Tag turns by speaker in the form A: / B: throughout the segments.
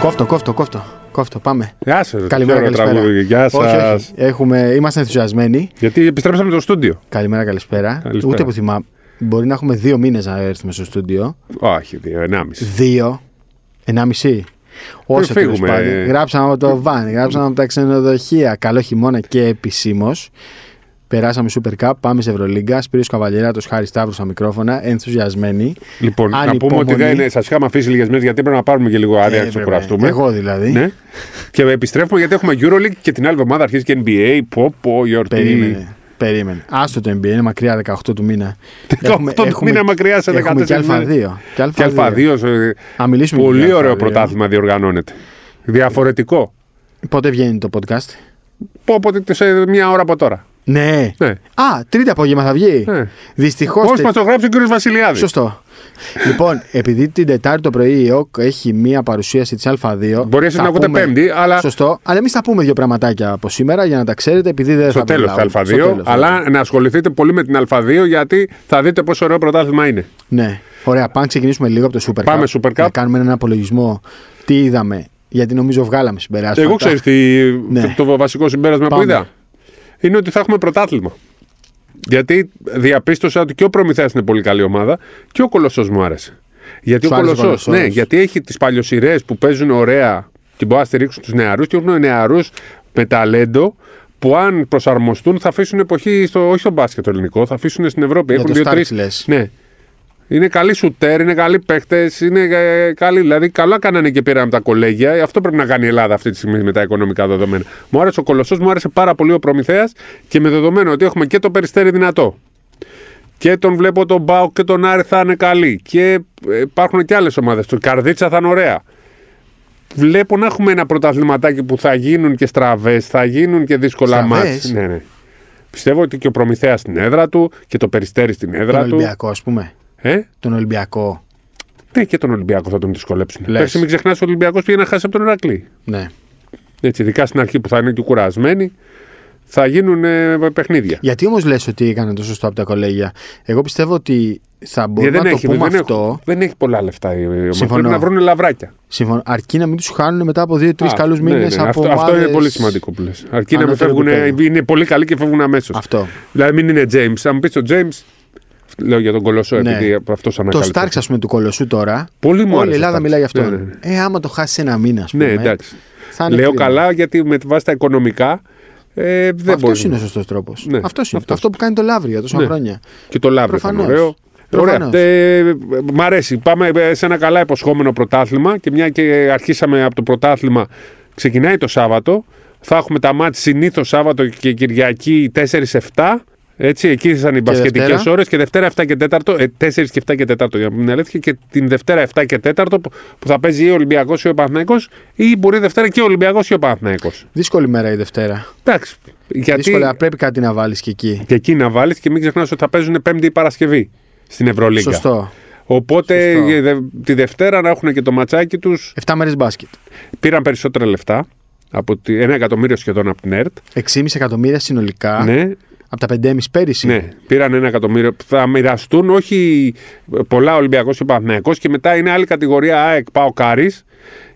A: Κόφτο, κόφτο, κόφτο. Κόφτο, πάμε.
B: Γεια σας.
A: Καλημέρα, καλησπέρα.
B: Γεια
A: Όχι,
B: σα.
A: όχι. Έχουμε, είμαστε ενθουσιασμένοι.
B: Γιατί επιστρέψαμε στο στούντιο.
A: Καλημέρα, καλησπέρα.
B: Καλησπέρα.
A: Ούτε που θυμάμαι. Μπορεί να έχουμε δύο μήνες να έρθουμε στο στούντιο.
B: Όχι, δύο, ενάμιση.
A: Δύο. Ενάμιση. Όσο
B: φύγουμε,
A: τέλος πάντων.
B: ε.
A: Γράψαμε από το βαν, γράψαμε από τα ξενοδοχεία. Καλό χειμώνα και επισήμως. Περάσαμε Super Cup, πάμε σε Ευρωλίγκα. Σπύριο Καβαλιέρα, του Χάρη Σταύρου στα μικρόφωνα. Ενθουσιασμένοι.
B: Λοιπόν, να πούμε
A: Ανυπομονή.
B: ότι δεν είναι. Σας είχαμε αφήσει λίγες μέρες γιατί πρέπει να πάρουμε και λίγο άδεια να
A: Έπρεπε.
B: ξεκουραστούμε.
A: Ε, Εγώ δηλαδή.
B: Ναι. και επιστρέφουμε γιατί έχουμε Euroleague και την άλλη εβδομάδα αρχίζει και NBA. Πω, πω, γιορτή.
A: Περίμενε. Περίμενε. Άστο το NBA, είναι μακριά 18 του μήνα.
B: 18 του μήνα μακριά σε
A: έχουμε και
B: 14 μέρες.
A: Α2.
B: Και Α2. ε,
A: Α, μιλήσουμε για
B: Πολύ
A: το
B: ωραίο
A: Α2.
B: πρωτάθλημα διοργανώνεται. Διαφορετικό.
A: Πότε βγαίνει το podcast.
B: Πω, πω, σε μια ώρα από τώρα.
A: Ναι.
B: Ναι.
A: Α, τρίτη απόγευμα θα βγει.
B: Ναι.
A: Δυστυχώς.
B: Πώς μας το γράψει ο κ. Βασιλιάδης.
A: Σωστό. λοιπόν, επειδή την Τετάρτη το πρωί η ΟΚ έχει μία παρουσίαση της Α2.
B: Μπορεί εσείς
A: θα
B: να ακούτε
A: πούμε-
B: Πέμπτη, αλλά
A: Σωστό. Αλλά εμείς θα πούμε δύο πραγματάκια από σήμερα για να τα ξέρετε, επειδή δεν
B: στο
A: θα
B: τέλος
A: μιλάω.
B: της Α2.
A: Στο τέλος,
B: αλλά να ασχοληθείτε πολύ με την Α2 γιατί θα δείτε πόσο ωραίο πρωτάθλημα είναι.
A: Ναι. Ωραία, πάμε να ξεκινήσουμε λίγο από το Super Cup.
B: Πάμε Super Cup.
A: Να κάνουμε έναν απολογισμό. Τι είδαμε, γιατί νομίζω βγάλαμε συμπεράσματα.
B: Εγώ ξέρεις τι.
A: Ναι.
B: Το βασικό συμπέρασμα
A: Πάμε.
B: που είδα είναι ότι θα έχουμε πρωτάθλημα. Γιατί διαπίστωσα ότι και ο Προμηθέας είναι πολύ καλή ομάδα και ο Κολοσσός μου άρεσε. Γιατί
A: Σου
B: ο
A: άρεσε ο
B: Κολοσσός,
A: Κολοσσός.
B: ναι, γιατί έχει τις παλιοσυρές που παίζουν ωραία και μπορούν να στηρίξουν τους νεαρούς και έχουν νεαρούς με ταλέντο που αν προσαρμοστούν θα αφήσουν εποχή στο, όχι στο μπάσκετ το ελληνικό, θα αφήσουν στην Ευρώπη.
A: το
B: Έχουν
A: Starks
B: δύο-τρει.
A: λες.
B: Ναι. Είναι καλοί σουτέρ, είναι καλοί παίχτε, είναι ε, καλοί. Δηλαδή, καλά κάνανε και πήραμε τα κολέγια. Αυτό πρέπει να κάνει η Ελλάδα αυτή τη στιγμή με τα οικονομικά δεδομένα. Μου άρεσε ο Κολοσσός, μου άρεσε πάρα πολύ ο Προμηθέας και με δεδομένο ότι έχουμε και το περιστέρι δυνατό. Και τον βλέπω τον Μπάουκ και τον Άρη θα είναι καλοί. Και ε, υπάρχουν και άλλες ομάδες. Το Καρδίτσα θα είναι ωραία. Βλέπω να έχουμε ένα πρωταθληματάκι που θα γίνουν και στραβές, θα γίνουν και δύσκολα
A: Στραβές?
B: μάτς. Ναι, ναι. Πιστεύω ότι και ο Προμηθέας στην έδρα του και το Περιστέρι στην έδρα
A: Τον
B: του.
A: Ολυμπιακός, ας πούμε.
B: Ε?
A: Τον Ολυμπιακό.
B: Ναι, και τον Ολυμπιακό θα τον δυσκολέψουν.
A: Λες.
B: Πέρσι μην ξεχνάς ο Ολυμπιακός πήγε να χάσει από τον Ερακλή.
A: Ναι.
B: Έτσι, ειδικά στην αρχή που θα είναι και κουρασμένοι, θα γίνουν ε, παιχνίδια.
A: Γιατί όμως λες ότι έκανε το σωστό από τα κολέγια. Εγώ πιστεύω ότι θα μπορούμε Λοιπόν, να το πούμε
B: Ε, δεν,
A: αυτό.
B: Έχει, δεν έχει πολλά λεφτά ε, η ομάδα.
A: Συμφωνώ.
B: Πρέπει να βρουν λαβράκια.
A: Συμφωνώ. Αρκεί να μην τους χάνουν μετά από δύο-τρει
B: Α,
A: καλούς
B: ναι,
A: μήνες
B: ναι,
A: από
B: αυτό, αυτό είναι
A: ομάδες-
B: πολύ σημαντικό που λες. Αρκεί να μην
A: ανώτερου
B: φεύγουν, ε,
A: επίπεδου.
B: είναι πολύ καλοί και φεύγουν αμέσως.
A: Αυτό.
B: Δηλαδή μην είναι James. Αν πεις τον James, λέω για τον Κολοσσό,
A: Ναι.
B: επειδή αυτό
A: Το
B: ανακαλύψει.
A: Starks, ας πούμε, του Κολοσσού τώρα.
B: Πολύ μου
A: Όλη η
B: άρεσε ο
A: Ελλάδα
B: Starks.
A: μιλάει γι' αυτό.
B: Ναι, ναι, ναι.
A: Ε, άμα το χάσει ένα μήνα, ας πούμε.
B: Ναι, εντάξει.
A: θα είναι
B: Λέω
A: κρίμα.
B: καλά γιατί με βάση τα οικονομικά ε, δεν
A: Αυτός
B: μπορεί.
A: είναι ο σωστός τρόπος.
B: Ναι,
A: Αυτός είναι.
B: αυτός.
A: Αυτό που κάνει το Λαύριο τόσα
B: Ναι.
A: χρόνια.
B: Και το Λάβριο ήταν
A: Προφανώς.
B: ωραίο. Ωραία.
A: Προφανώς.
B: Ε, μ' αρέσει. Πάμε ε, σε ένα καλά υποσχόμενο πρωτάθλημα και μια και αρχίσαμε από το πρωτάθλημα, ξεκινάει το Σάββατο. Θα έχουμε τα μάτια συνήθως Σάββατο και Κυριακή 4-7. Έτσι, εκεί ήταν οι μπασκετικές
A: Δευτέρα.
B: ώρες και Δευτέρα 7 και 4, ε, 4 και 7 και 4 για να πούμε την αλήθεια, και την Δευτέρα 7 και 4 που που θα παίζει ή ο Ολυμπιακός ή ο Παναθναϊκό, ή μπορεί Δευτέρα και ο Ολυμπιακός ή ο Παναθναϊκό.
A: Δύσκολη μέρα η Δευτέρα.
B: Εντάξει. Γιατί
A: Δύσκολα, πρέπει κάτι να βάλεις και εκεί.
B: και εκεί να βάλεις και μην ξεχνάς ότι θα παίζουν Πέμπτη ή Παρασκευή στην Ευρωλίγκα.
A: Σωστό.
B: Οπότε
A: Σωστό.
B: ε, δε- τη Δευτέρα να έχουν και το ματσάκι τους.
A: 7 μέρες μπάσκετ.
B: Πήραν περισσότερα λεφτά. Από τη, ένα εκατομμύριο σχεδόν από την ΕΡΤ.
A: 6,5 εκατομμύρια συνολικά.
B: Ναι,
A: Από τα 5,5 πέρυσι.
B: ναι, πήραν ένα εκατομμύριο. Θα μοιραστούν όχι πολλά Ολυμπιακός και Παναθυναϊκό και μετά είναι άλλη κατηγορία ΑΕΚ, ΠΑΟ Κάρη.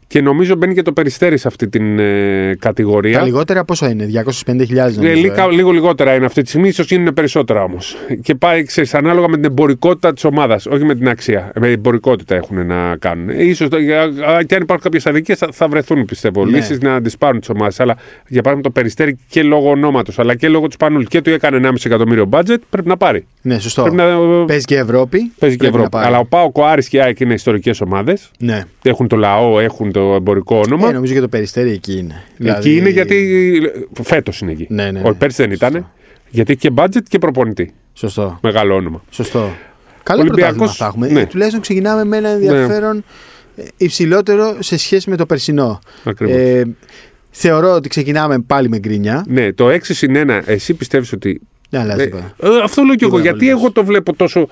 B: Και νομίζω μπαίνει και το περιστέρι σε αυτή την ε, κατηγορία.
A: Τα λιγότερα πόσο είναι, 250.000
B: Ε,
A: νομίζω.
B: λίγα-
A: ε.
B: λίγο λιγότερα είναι αυτή τη στιγμή, ίσως είναι περισσότερα όμως. Και πάει, ξέρεις, ανάλογα με την εμπορικότητα της ομάδας, όχι με την αξία. Ε, Με την εμπορικότητα έχουν να κάνουν. σω και αν υπάρχουν κάποιες αδικίες, θα, θα βρεθούν πιστεύω
A: Ναι.
B: λύσεις να τις πάρουν τις ομάδες. Αλλά για παράδειγμα το περιστέρι και λόγω ονόματος, αλλά και λόγω του Πανούλη και του έκανε 1,5 εκατομμύριο budget, πρέπει να πάρει.
A: Ναι, σωστό.
B: Πρέπει να ε,
A: Παίζει και Ευρώπη.
B: παίζει
A: πρέπει
B: και
A: να
B: Ευρώπη.
A: πάρει.
B: Αλλά ο Πάοκ, ο Άρης και η ΑΕΚ είναι ιστορικές ομάδες.
A: Ναι.
B: Έχουν το λαό, έχουν το εμπορικό όνομα.
A: Ε, νομίζω και το περιστέρι εκεί είναι. Δηλαδή,
B: Εκεί είναι γιατί φέτος είναι εκεί.
A: Ναι, ναι,
B: Ο-
A: ναι.
B: Πέρσι δεν ήταν. Γιατί και budget και προπονητή.
A: Σωστό.
B: Μεγάλο όνομα.
A: Σωστό. Καλό
B: Ολυμπιακός,
A: πρωτάθλημα θα έχουμε.
B: ναι.
A: Ε, Τουλάχιστον ξεκινάμε με ένα ενδιαφέρον ε, υψηλότερο σε σχέση με το περσινό.
B: Ακριβώς.
A: Ε, θεωρώ ότι ξεκινάμε πάλι με γκρίνια.
B: Ναι, το 6 συν 1, εσύ πιστεύεις ότι.
A: Δεν αλλάζει
B: Ε,
A: τίποτα.
B: ε, αυτό λέω και εγώ.
A: Τίποτα
B: Γιατί
A: απολύτως.
B: εγώ το βλέπω τόσο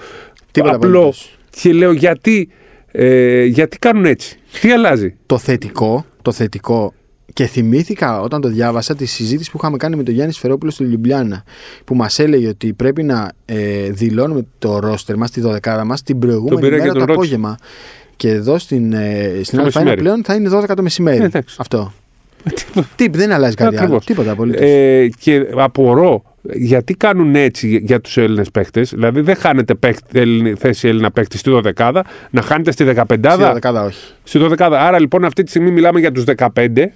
A: Τίποτα
B: απλό
A: απολύτως.
B: και λέω γιατί, ε, γιατί κάνουν έτσι. Τι αλλάζει.
A: Το θετικό, το θετικό και θυμήθηκα όταν το διάβασα τη συζήτηση που είχαμε κάνει με τον Γιάννης Σφερόπουλο στη Λιουμπλιάνα που μας έλεγε ότι πρέπει να ε, δηλώνουμε το ρόστερ μας, τη δωδεκάδα μας την προηγούμενη
B: πήρα και
A: μέρα το
B: τον ρώτησα.
A: απόγευμα Και εδώ στην, ε, στην
B: Το
A: Α1
B: μεσημέρι.
A: πλέον θα είναι 12 το μεσημέρι.
B: Ε, εντάξει. Ε,
A: Αυτό. Τι, δεν αλλάζει κάτι άλλο.
B: Ακριβώς.
A: Τίποτα απολύτως.
B: Ε, και απορώ γιατί κάνουν έτσι για τους Έλληνες παίχτε. Δηλαδή, δεν χάνεται παίκτη- Έλληνη- θέση Έλληνα παίχτη στη 12 να χάνεται στη 15
A: Δεκάδα, όχι.
B: Στη 12 Άρα λοιπόν αυτή τη στιγμή μιλάμε για τους 15. ε,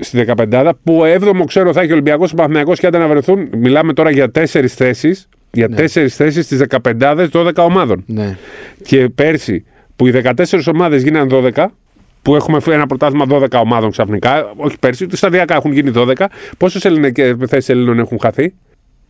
B: Στη 15 που 7ο ξέρω θα έχει ο Ολυμπιακός ο Παναθηναϊκός και άντε να βρεθούν. Μιλάμε τώρα για τέσσερις θέσεις. Για
A: Ναι.
B: τέσσερις θέσεις στις 15 12 ομάδων.
A: Ναι.
B: Και πέρσι που οι 14 ομάδες γίνανε 12, που έχουμε ένα πρωτάθλημα 12 ομάδων ξαφνικά, όχι πέρσι, ούτε σταδιακά έχουν γίνει 12. Πόσε θέσει ε, Ελλήνων έχουν χαθεί,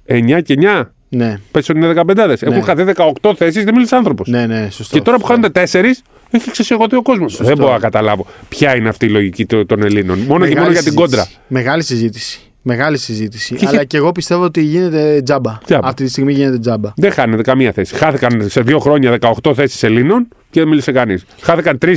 B: 9 και 9.
A: Ναι.
B: Πες ότι είναι 15. Έχουν χαθεί 18 θέσεις, δεν μίλησε άνθρωπος.
A: ναι, ναι, σωστό.
B: Και τώρα που
A: σωστό.
B: χάνονται 4, έχει ξεσηκωθεί ο κόσμος. Δεν μπορώ να καταλάβω ποια είναι αυτή η λογική των των Ελλήνων. Μόνο και μόνο για την
A: συζήτηση.
B: κόντρα.
A: Μεγάλη συζήτηση. Μεγάλη συζήτηση.
B: είχε-
A: Αλλά και εγώ πιστεύω ότι γίνεται τζάμπα.
B: Τζάμπα.
A: Αυτή τη στιγμή γίνεται τζάμπα.
B: Δεν χάνεται καμία θέση. Χάθηκαν σε δύο χρόνια 18 θέσεις Ελλήνων και δεν μίλησε κανείς. Χάθηκαν τρεις.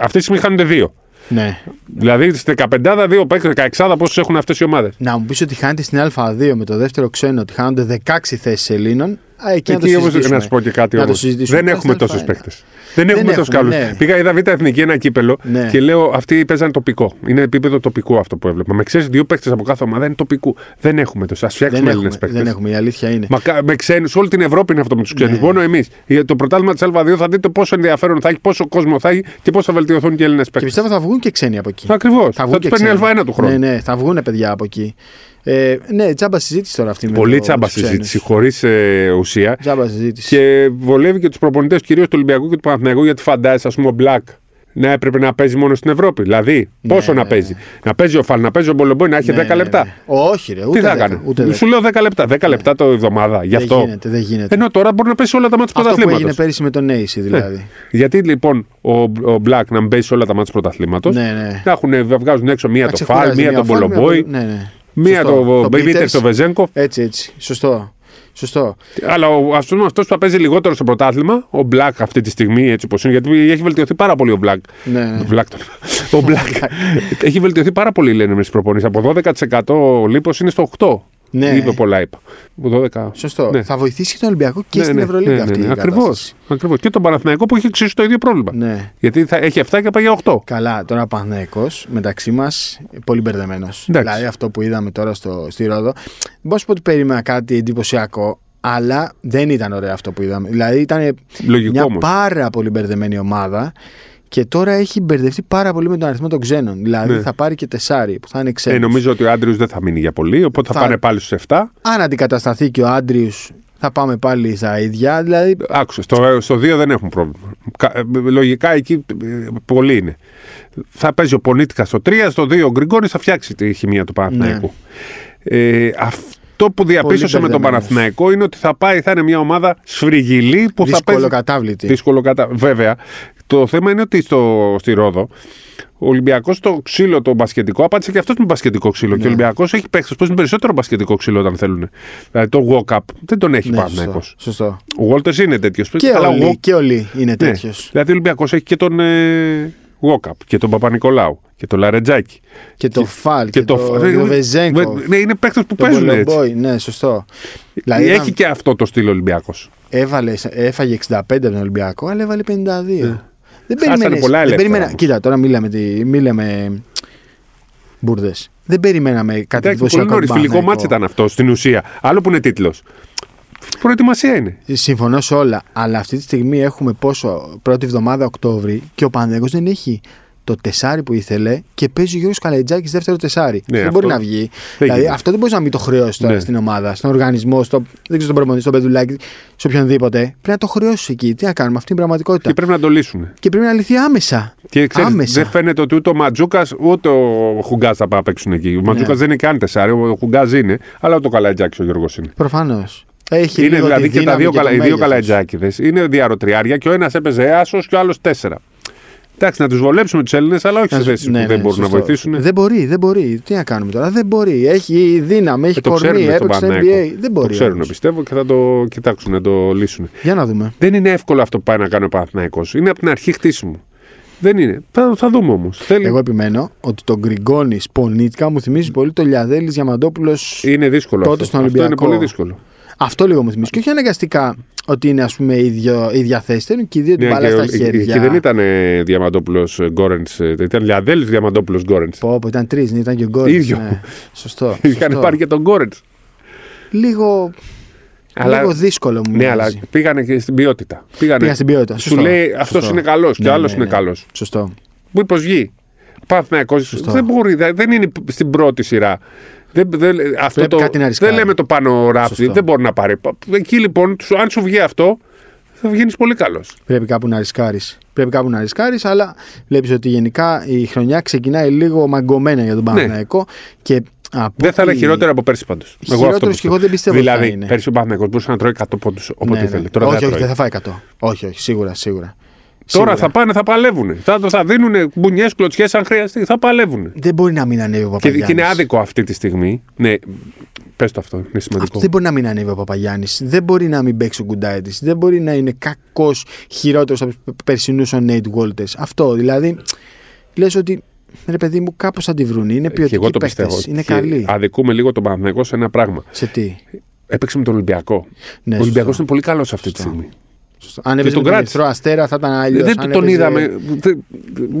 B: Αυτή τη στιγμή χάνονται δύο.
A: Ναι.
B: Δηλαδή στι 15 δύο παίκτες, 16 πόσου έχουν αυτές οι ομάδες.
A: Να μου πεις ότι χάνεται στην Α2 με το δεύτερο ξένο ότι χάνονται 16 θέσεις Ελλήνων. Α, εκεί, να το
B: Εκεί όμω
A: συζητήσουμε.
B: Ε, να σου πω και κάτι
A: Να το
B: όμως.
A: συζητήσουμε.
B: Δεν
A: Τα
B: έχουμε
A: στα
B: τόσου
A: Α1.
B: παίκτες. Δεν έχουμε τόσου καλού.
A: έχουμε, ναι.
B: Πήγα, είδα Β' Εθνική ένα κύπελο
A: Ναι.
B: και λέω αυτοί παίζαν τοπικό. Είναι επίπεδο τοπικό αυτό που έβλεπα. Με ξέρεις δύο παίκτες από κάθε ομάδα είναι τοπικού. Δεν έχουμε τόσους. Ας
A: Δεν
B: φτιάξουμε Έλληνες
A: έχουμε, δεν
B: παίκτε.
A: έχουμε, η αλήθεια είναι.
B: Με ξένους, όλη την Ευρώπη είναι αυτό με τους
A: Ναι.
B: ξένους. Μόνο εμείς. Το πρωτάθλημα της Α2 θα δείτε πόσο ενδιαφέρον θα έχει, πόσο κόσμο θα έχει και πώ θα βελτιωθούν και οι Έλληνες
A: Και
B: παίκτε.
A: πιστεύω θα βγουν και ξένοι από εκεί.
B: Ακριβώς.
A: Θα
B: Θα,
A: βγουν
B: τους παίρνει
A: ξένοι.
B: Α1 του χρόνου.
A: Ναι, ναι, θα βγουν παιδιά από εκεί. Ε, ναι, τσάμπα συζήτηση τώρα αυτή. με
B: Πολύ
A: το-
B: τσάμπα
A: ναι, τους ξένους.
B: συζήτηση, χωρί ουσία.
A: Τζάμπα συζήτηση.
B: Και βολεύει και τους προπονητές κυρίως του Ολυμπιακού και του Παναθηναϊκού γιατί φαντάζεσαι, ας πούμε, ο Μπλακ να έπρεπε να παίζει μόνο στην Ευρώπη. Δηλαδή, πόσο να παίζει. Να παίζει ο Φαλ, να παίζει ο Μπολομπόη, να έχει
A: Ναι,
B: 10
A: ναι,
B: λεπτά.
A: ναι. Όχι, ρε, ούτε
B: Τι θα
A: δέκα,
B: έκανε.
A: Ούτε δέκα. Ναι.
B: Σου λέω 10 λεπτά. 10 λεπτά το εβδομάδα. Γι'
A: Δεν
B: αυτό.
A: γίνεται, δεν γίνεται.
B: Ενώ τώρα μπορεί να παίζει σε όλα τα Ε, μάτια του
A: Αυτό που έγινε
B: πρωταθλήματο.
A: πέρυσι με τον Νέισι δηλαδή.
B: Γιατί λοιπόν ο, ο Μπλακ να μπαίνει σε όλα τα μάτια του πρωταθλήματος.
A: Ναι, ναι.
B: Να, έχουν, να βγάζουν έξω μία
A: Να
B: το
A: ξεκουράζει
B: Φαλ, μία τον
A: Φαλ,
B: Μπολομπόη,
A: Ναι, ναι.
B: μία
A: Σωστό.
B: τον Μπίτερ,
A: Peters.
B: τον Βεζέγκοφ.
A: Έτσι, έτσι. Σωστό.
B: Ναι.
A: Σωστό.
B: Αλλά ο, ας πούμε αυτός που θα παίζει λιγότερο στο πρωτάθλημα, ο Μπλακ αυτή τη στιγμή, έτσι όπως είναι, γιατί έχει βελτιωθεί πάρα πολύ ο Μπλακ.
A: Ναι, ναι.
B: Μπλακ τον- ο Μπλακ. έχει βελτιωθεί πάρα πολύ, λένε με τι προπονήσει. Από 12% λίπος είναι στο 8%.
A: Ναι.
B: Είπε πολλά, είπα. Από 12.
A: Σωστό.
B: Ναι.
A: Θα βοηθήσει και τον Ολυμπιακό και
B: Ναι,
A: στην
B: ναι,
A: Ευρωλίγκα
B: ναι, ναι,
A: αυτή
B: ναι.
A: η
B: Ακριβώς,
A: κατάσταση.
B: ακριβώς. Και τον Παναθηναϊκό που έχει εξίσου το ίδιο πρόβλημα.
A: Ναι.
B: Γιατί θα έχει 7 και πάει για 8.
A: Καλά, τώρα ο Παναθηναϊκός, μεταξύ μας πολύ μπερδεμένος.
B: Εντάξει.
A: Δηλαδή αυτό που είδαμε τώρα στο, στη Ρόδο. Δεν μπορώ να σου πω ότι περίμενα κάτι εντυπωσιακό, αλλά δεν ήταν ωραίο αυτό που είδαμε. Δηλαδή ήταν
B: Λογικό
A: μια
B: όμως.
A: πάρα πολύ μπερδεμένη ομάδα και τώρα έχει μπερδευτεί πάρα πολύ με τον αριθμό των ξένων. Δηλαδή
B: Ναι.
A: θα πάρει και τεσάρι που θα είναι ξένο.
B: Ε, νομίζω ότι ο Άντριους δεν θα μείνει για πολύ, οπότε θα,
A: Θα-
B: πάνε πάλι στους 7.
A: Αν αντικατασταθεί και ο Άντριους, θα πάμε πάλι στα ίδια. Δηλαδή
B: Άκουσε, στο, στο 2 δεν έχουν πρόβλημα. Κα- ε, Λογικά εκεί ε, πολλοί είναι. Θα παίζει ο Πονίτικα στο 3, στο 2 ο Γκριγκόνης θα φτιάξει τη χημεία του Παναθηναϊκού. Ε, αυτό που διαπίστωσα με τον
A: Ναι. μπερδεμένος.
B: Παναθηναϊκό είναι ότι θα πάει, θα είναι μια ομάδα σφριγγυλή που θα παίζει.
A: δύσκολο κατάβλητη.
B: Δύσκολο κατά. Βέβαια, το θέμα είναι ότι στο, στη Ρόδο ο Ολυμπιακός το ξύλο, το μπασκετικό, απάντησε και αυτός με μπασκετικό ξύλο.
A: Ναι.
B: Και ο Ολυμπιακός έχει παίξει που είναι περισσότερο μπασκετικό ξύλο όταν θέλουν. Δηλαδή το walk-up δεν τον έχει ναι,
A: Ναι, σωστό. σωστό.
B: ο Walters είναι τέτοιος.
A: Και ο, Λί, και ο Λί είναι τέτοιος.
B: Δηλαδή ο Ολυμπιακός έχει και τον ε, Walkup και τον Παπα-Νικολάου και τον Λαρετζάκη.
A: Και το Φαλ και, το,
B: Φ- ε,
A: το Βεζέγκο.
B: Ναι, είναι παίκτε που
A: Το
B: παίζουν έτσι.
A: Μπολομπόι, ναι, σωστό. Δηλαδή
B: έχει
A: ήταν-
B: και αυτό το στυλ Ολυμπιακός.
A: έβαλε, έφαγε 65 από τον Ολυμπιακό, αλλά έβαλε 52. Δεν περιμένεις-
B: Ναι. πολλά
A: δεν
B: ελεύθερα,
A: περιμένα,
B: όμως.
A: κοίτα, τώρα μιλάμε, τι, μιλάμε μπουρδες. Δεν περιμέναμε κάτι
B: Εντάξει, πολύ
A: εντυπωσιακό. ναι,
B: νωρί.
A: από
B: Φιλικό
A: τον
B: μάτσο ήταν αυτό στην ουσία. Άλλο που είναι τίτλος. Προετοιμασία είναι.
A: Συμφωνώ σε όλα, αλλά αυτή τη στιγμή έχουμε πόσο, πρώτη εβδομάδα Οκτώβρη και ο Πανέγκος δεν έχει το τεσάρι που ήθελε και παίζει ο Γιώργος Καλετζάκης δεύτερο τεσάρι.
B: Ναι,
A: δεν
B: αυτό
A: μπορεί να βγει. δηλαδή
B: γίνεται.
A: αυτό δεν μπορείς να μην το χρεώσεις τώρα
B: Ναι.
A: στην ομάδα, στον οργανισμό, στο, δεν ξέρω στον προπονητή, στον πεδουλάκι, σε οποιονδήποτε. Πρέπει να το χρεώσεις εκεί. Τι να κάνουμε, αυτή είναι η πραγματικότητα.
B: Και
A: Και,
B: πρέπει να το λύσουν.
A: πρέπει να λυθεί άμεσα.
B: Και ξέρεις,
A: Άμεσα.
B: δεν φαίνεται ότι ούτε ο Ματζούκας ούτε ο Χουγκάς θα πάει να παίξουν εκεί.
A: Ναι.
B: Ο Ματζούκας δεν είναι καν τεσάρι, ο Χουγκάς είναι, αλλά ούτε ο Καλατζάκη ο Γιώργος είναι.
A: Προφανώς. Έχει
B: είναι
A: λίγο
B: δηλαδή
A: τη
B: και τα
A: δύναμη
B: δύο,
A: το
B: καλα, οι δύο
A: μέγεθος.
B: καλατζάκιδε. Είναι διαρροτριάρια και ο ένας έπαιζε άσος και ο άλλος τέσσερα. Εντάξει, να τους βολέψουμε τους Έλληνες, αλλά όχι σε
A: Να σου-
B: θέσει
A: ναι,
B: που δεν
A: ναι,
B: μπορούν να
A: σωστό.
B: βοηθήσουν.
A: Δεν μπορεί, δεν μπορεί. Τι να κάνουμε τώρα. Δεν μπορεί. Έχει δύναμη, έχει
B: Ε, το
A: κορμί,
B: ξέρουν στον
A: έπαιξε στην NBA.
B: Παναθηναϊκό.
A: Δεν
B: Το
A: μπορεί.
B: ξέρουν,
A: όμως.
B: πιστεύω, και θα το κοιτάξουν να το λύσουν.
A: Για να δούμε.
B: Δεν είναι εύκολο αυτό που πάει να κάνει ο Παναθυναϊκό. Είναι από την αρχή χτίσιμο. Δεν είναι. Θα, θα δούμε όμως.
A: Εγώ επιμένω ότι τον Γκριγκόνη Πονίτικα μου θυμίζει πολύ το Λιαδέλης Διαμαντόπουλος.
B: Είναι δύσκολο
A: Τότε
B: αυτό.
A: στον
B: Αυτό είναι
A: Ολυμπιακό.
B: πολύ δύσκολο.
A: Αυτό λίγο μου θυμίζει. Και όχι αναγκαστικά ότι είναι ας πούμε ίδιο, ίδια θέση. Θέλουν και οι δύο την
B: Ναι,
A: μπάλα
B: και
A: στα
B: ο-
A: χέρια.
B: εκεί δεν ήταν ε, Διαμαντόπουλο Γκόρεν. ε, Ήταν Λιαδέλη Διαμαντόπουλο Γκόρεν.
A: Πω, πω, ήταν τρεις, ήταν και ο Γκόρι.
B: Ίδιο.
A: Ναι. Σωστό.
B: Είχαν
A: σωστό.
B: πάρει και τον Γκόρεν.
A: Λίγο,
B: Αλλά-
A: λίγο δύσκολο μου.
B: Ναι,
A: μοιάζει.
B: αλλά πήγανε και στην ποιότητα. Πήγανε.
A: Πήγα στην ποιότητα.
B: Σου
A: Σωστό.
B: λέει αυτό
A: Σωστό.
B: είναι καλός και
A: Ναι,
B: ο άλλος
A: ναι,
B: είναι
A: ναι.
B: καλός.
A: Σωστό.
B: Μήπως βγει. Παναθυναϊκό δεν μπορεί, δε- δεν είναι στην πρώτη σειρά. Δεν, δεν, αυτό
A: Πρέπει
B: το,
A: κάτι να ρισκάρει.
B: δεν λέμε το πάνω ράφι,
A: Σωστό.
B: δεν μπορεί να πάρει. Εκεί λοιπόν, σου- αν σου βγει αυτό, θα βγει πολύ καλός.
A: Πρέπει κάπου να ρισκάρεις. Πρέπει κάπου να ρισκάρεις, αλλά βλέπεις ότι γενικά η χρονιά ξεκινάει λίγο μαγκωμένα για τον Παναθηναϊκό. Και από
B: Ναι. Δεν θα
A: ό,τι-
B: είναι χειρότερα από πέρσι πάντως.
A: Χειρότερος και εγώ δεν πιστεύω ότι θα
B: Δηλαδή,
A: είναι.
B: πέρσι ο Παναθηναϊκός μπορούσε να τρώει 100 πόντους όποτε
A: Ναι, ναι.
B: θέλει. Τώρα,
A: όχι,
B: δεν
A: όχι,
B: θα τρώει.
A: δεν θα φάει 100. Όχι, όχι, σίγουρα, σίγουρα.
B: Τώρα
A: Σίγουρα.
B: θα πάνε, θα παλεύουν. Θα, θα δίνουν μπουνιές, κλωτσιές αν χρειαστεί. Θα παλεύουν.
A: Δεν μπορεί να μην ανέβει ο
B: Και,
A: Παπαγιάννης.
B: και είναι άδικο αυτή τη στιγμή. Ναι, πες το αυτό, είναι σημαντικό.
A: Αυτό δεν μπορεί να μην ανέβει ο Παπαγιάννης. Δεν μπορεί να μην παίξει ο Γκουντάιτη. Δεν μπορεί να είναι κακός χειρότερος από τους περσινούς ο Νέιτ Γόλτε. Αυτό δηλαδή. Λες ότι ρε παιδί μου, κάπως θα τη βρουν. Είναι
B: Ε, και εγώ
A: ποιοτική
B: το
A: παίχτε.
B: πιστεύω.
A: Είναι
B: και
A: καλή.
B: Αδικούμε λίγο τον Παναθηναϊκό σε ένα πράγμα.
A: Σε τι.
B: Έπαιξε με τον Ολυμπιακό.
A: Ναι,
B: ο Ολυμπιακός
A: σωστό.
B: είναι πολύ καλός αυτή τη στιγμή.
A: Σωστό. Αν έπαιζε
B: τον
A: με τον
B: κράτησε. Ε,
A: Ερυθρό Αστέρα θα ήταν αλλιώ.
B: δεν τον είδαμε. Δεν-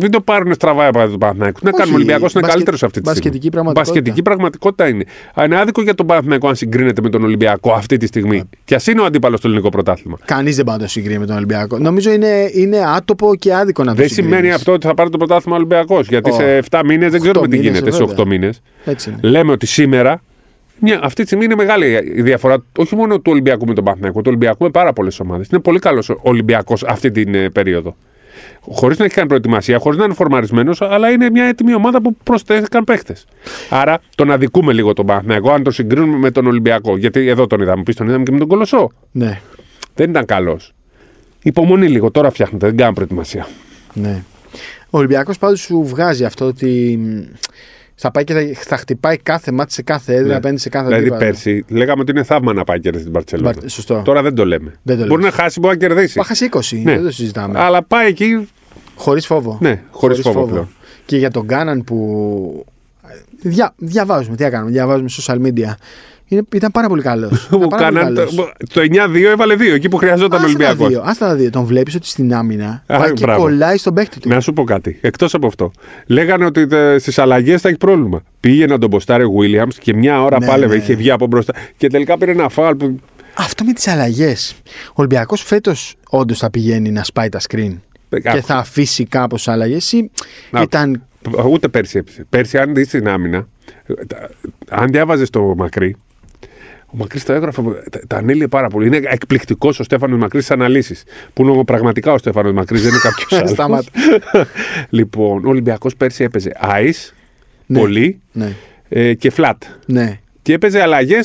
B: Μην το πάρουν στραβά από τον Παναθηναϊκό. Τι να
A: Όχι,
B: κάνουμε, ο Ολυμπιακός είναι
A: μπασκε-
B: καλύτερος αυτή τη στιγμή.
A: μπασκετική πραγματικότητα.
B: Μπασκετική πραγματικότητα είναι. Α, Είναι άδικο για τον Παναθηναϊκό αν συγκρίνεται με τον Ολυμπιακό αυτή τη στιγμή. Κι ας είναι ο αντίπαλος στο ελληνικό πρωτάθλημα.
A: Κανείς δεν πάει να το συγκρίνει με τον Ολυμπιακό. Νομίζω είναι, είναι άτοπο και άδικο να το
B: Δεν
A: συγκρίνεις.
B: σημαίνει αυτό ότι θα πάρει το πρωτάθλημα Ολυμπιακός. Γιατί
A: Ω.
B: σε 7 μήνες δεν ξέρουμε τι
A: μήνες,
B: γίνεται σε
A: βέβαια.
B: 8 μήνες.
A: Έτσι είναι.
B: Λέμε ότι σήμερα. Μια, αυτή τη στιγμή είναι μεγάλη η διαφορά όχι μόνο του Ολυμπιακού με τον Παναθηναϊκό, του Ολυμπιακού με πάρα πολλές ομάδες. Είναι πολύ καλός ο Ολυμπιακός αυτή την ε, περίοδο. Χωρίς να έχει κάνει προετοιμασία, χωρίς να είναι φορμαρισμένος, αλλά είναι μια έτοιμη ομάδα που προσθέθηκαν παίχτε. Άρα τον αδικούμε λίγο τον Παναθηναϊκό αν τον συγκρίνουμε με τον Ολυμπιακό. Γιατί εδώ τον είδαμε, πει τον είδαμε και με τον Κολοσσό.
A: Ναι,
B: Δεν ήταν καλός. Υπομονή λίγο, τώρα φτιάχνεται, δεν κάνουμε προετοιμασία.
A: ναι. Ο Ολυμπιακός πάντως σου βγάζει αυτό ότι μ, θα πάει και θα, θα χτυπάει κάθε μάτι σε κάθε έδρα
B: Ναι.
A: απέναντι σε κάθε
B: Δηλαδή
A: αντίπαλο.
B: πέρσι λέγαμε ότι είναι θαύμα να πάει κερδίσει την Παρσελόνα.
A: Μπαρ- σωστό.
B: Τώρα δεν το λέμε.
A: Δεν το
B: μπορεί
A: λέμε.
B: να χάσει, μπορεί να κερδίσει.
A: Μα χάσει 20,
B: Ναι.
A: δεν το συζητάμε.
B: Αλλά πάει εκεί.
A: Χωρίς φόβο.
B: Ναι, χωρίς φόβο πλέον.
A: Και για τον Κάναν που. Δια, διαβάζουμε, τι έκαναμε, διαβάζουμε social media. Είναι, ήταν πάρα πολύ καλός.
B: που κάναν το, το 9-2 έβαλε 2 εκεί που χρειαζόταν ο Ολυμπιακό.
A: Άστα τα δύο. Τον βλέπεις ότι στην άμυνα
B: Α,
A: πάει και
B: μπράβο. Ναι.
A: κολλάει στον παίκτη του.
B: Να σου πω κάτι. Εκτός από αυτό. Λέγανε ότι στις αλλαγές θα έχει πρόβλημα. Πήγε να τον ποστάρει ο Williams και μια ώρα
A: Ναι,
B: πάλευε.
A: ναι.
B: Είχε βγει από μπροστά. Και τελικά πήρε ένα φάουλ που.
A: Αυτό με τις αλλαγές. Ο Ολυμπιακός φέτος όντως θα πηγαίνει να σπάει τα screen. Και
B: Άκουσα.
A: θα αφήσει κάπως αλλαγές.
B: Ε, Να-
A: Ήταν.
B: Ούτε πέρσι έπεσε. Πέρσι, αν δει την άμυνα, ε, τα- αν διάβαζες το Μακρύ, ο Μακρύς το έγραφε, τα, τα ανήλυε πάρα πολύ. Είναι εκπληκτικός ο Στέφανος Μακρύς στις αναλύσεις. Που είναι ο- πραγματικά ο Στέφανος Μακρύς, δεν είναι κάποιος άλλο.
A: Σταμάτα.
B: λοιπόν, ο Ολυμπιακός πέρσι έπαιζε ice,
A: Ναι.
B: πολύ
A: Ναι,
B: ε, και flat.
A: ναι,
B: Και έπαιζε αλλαγέ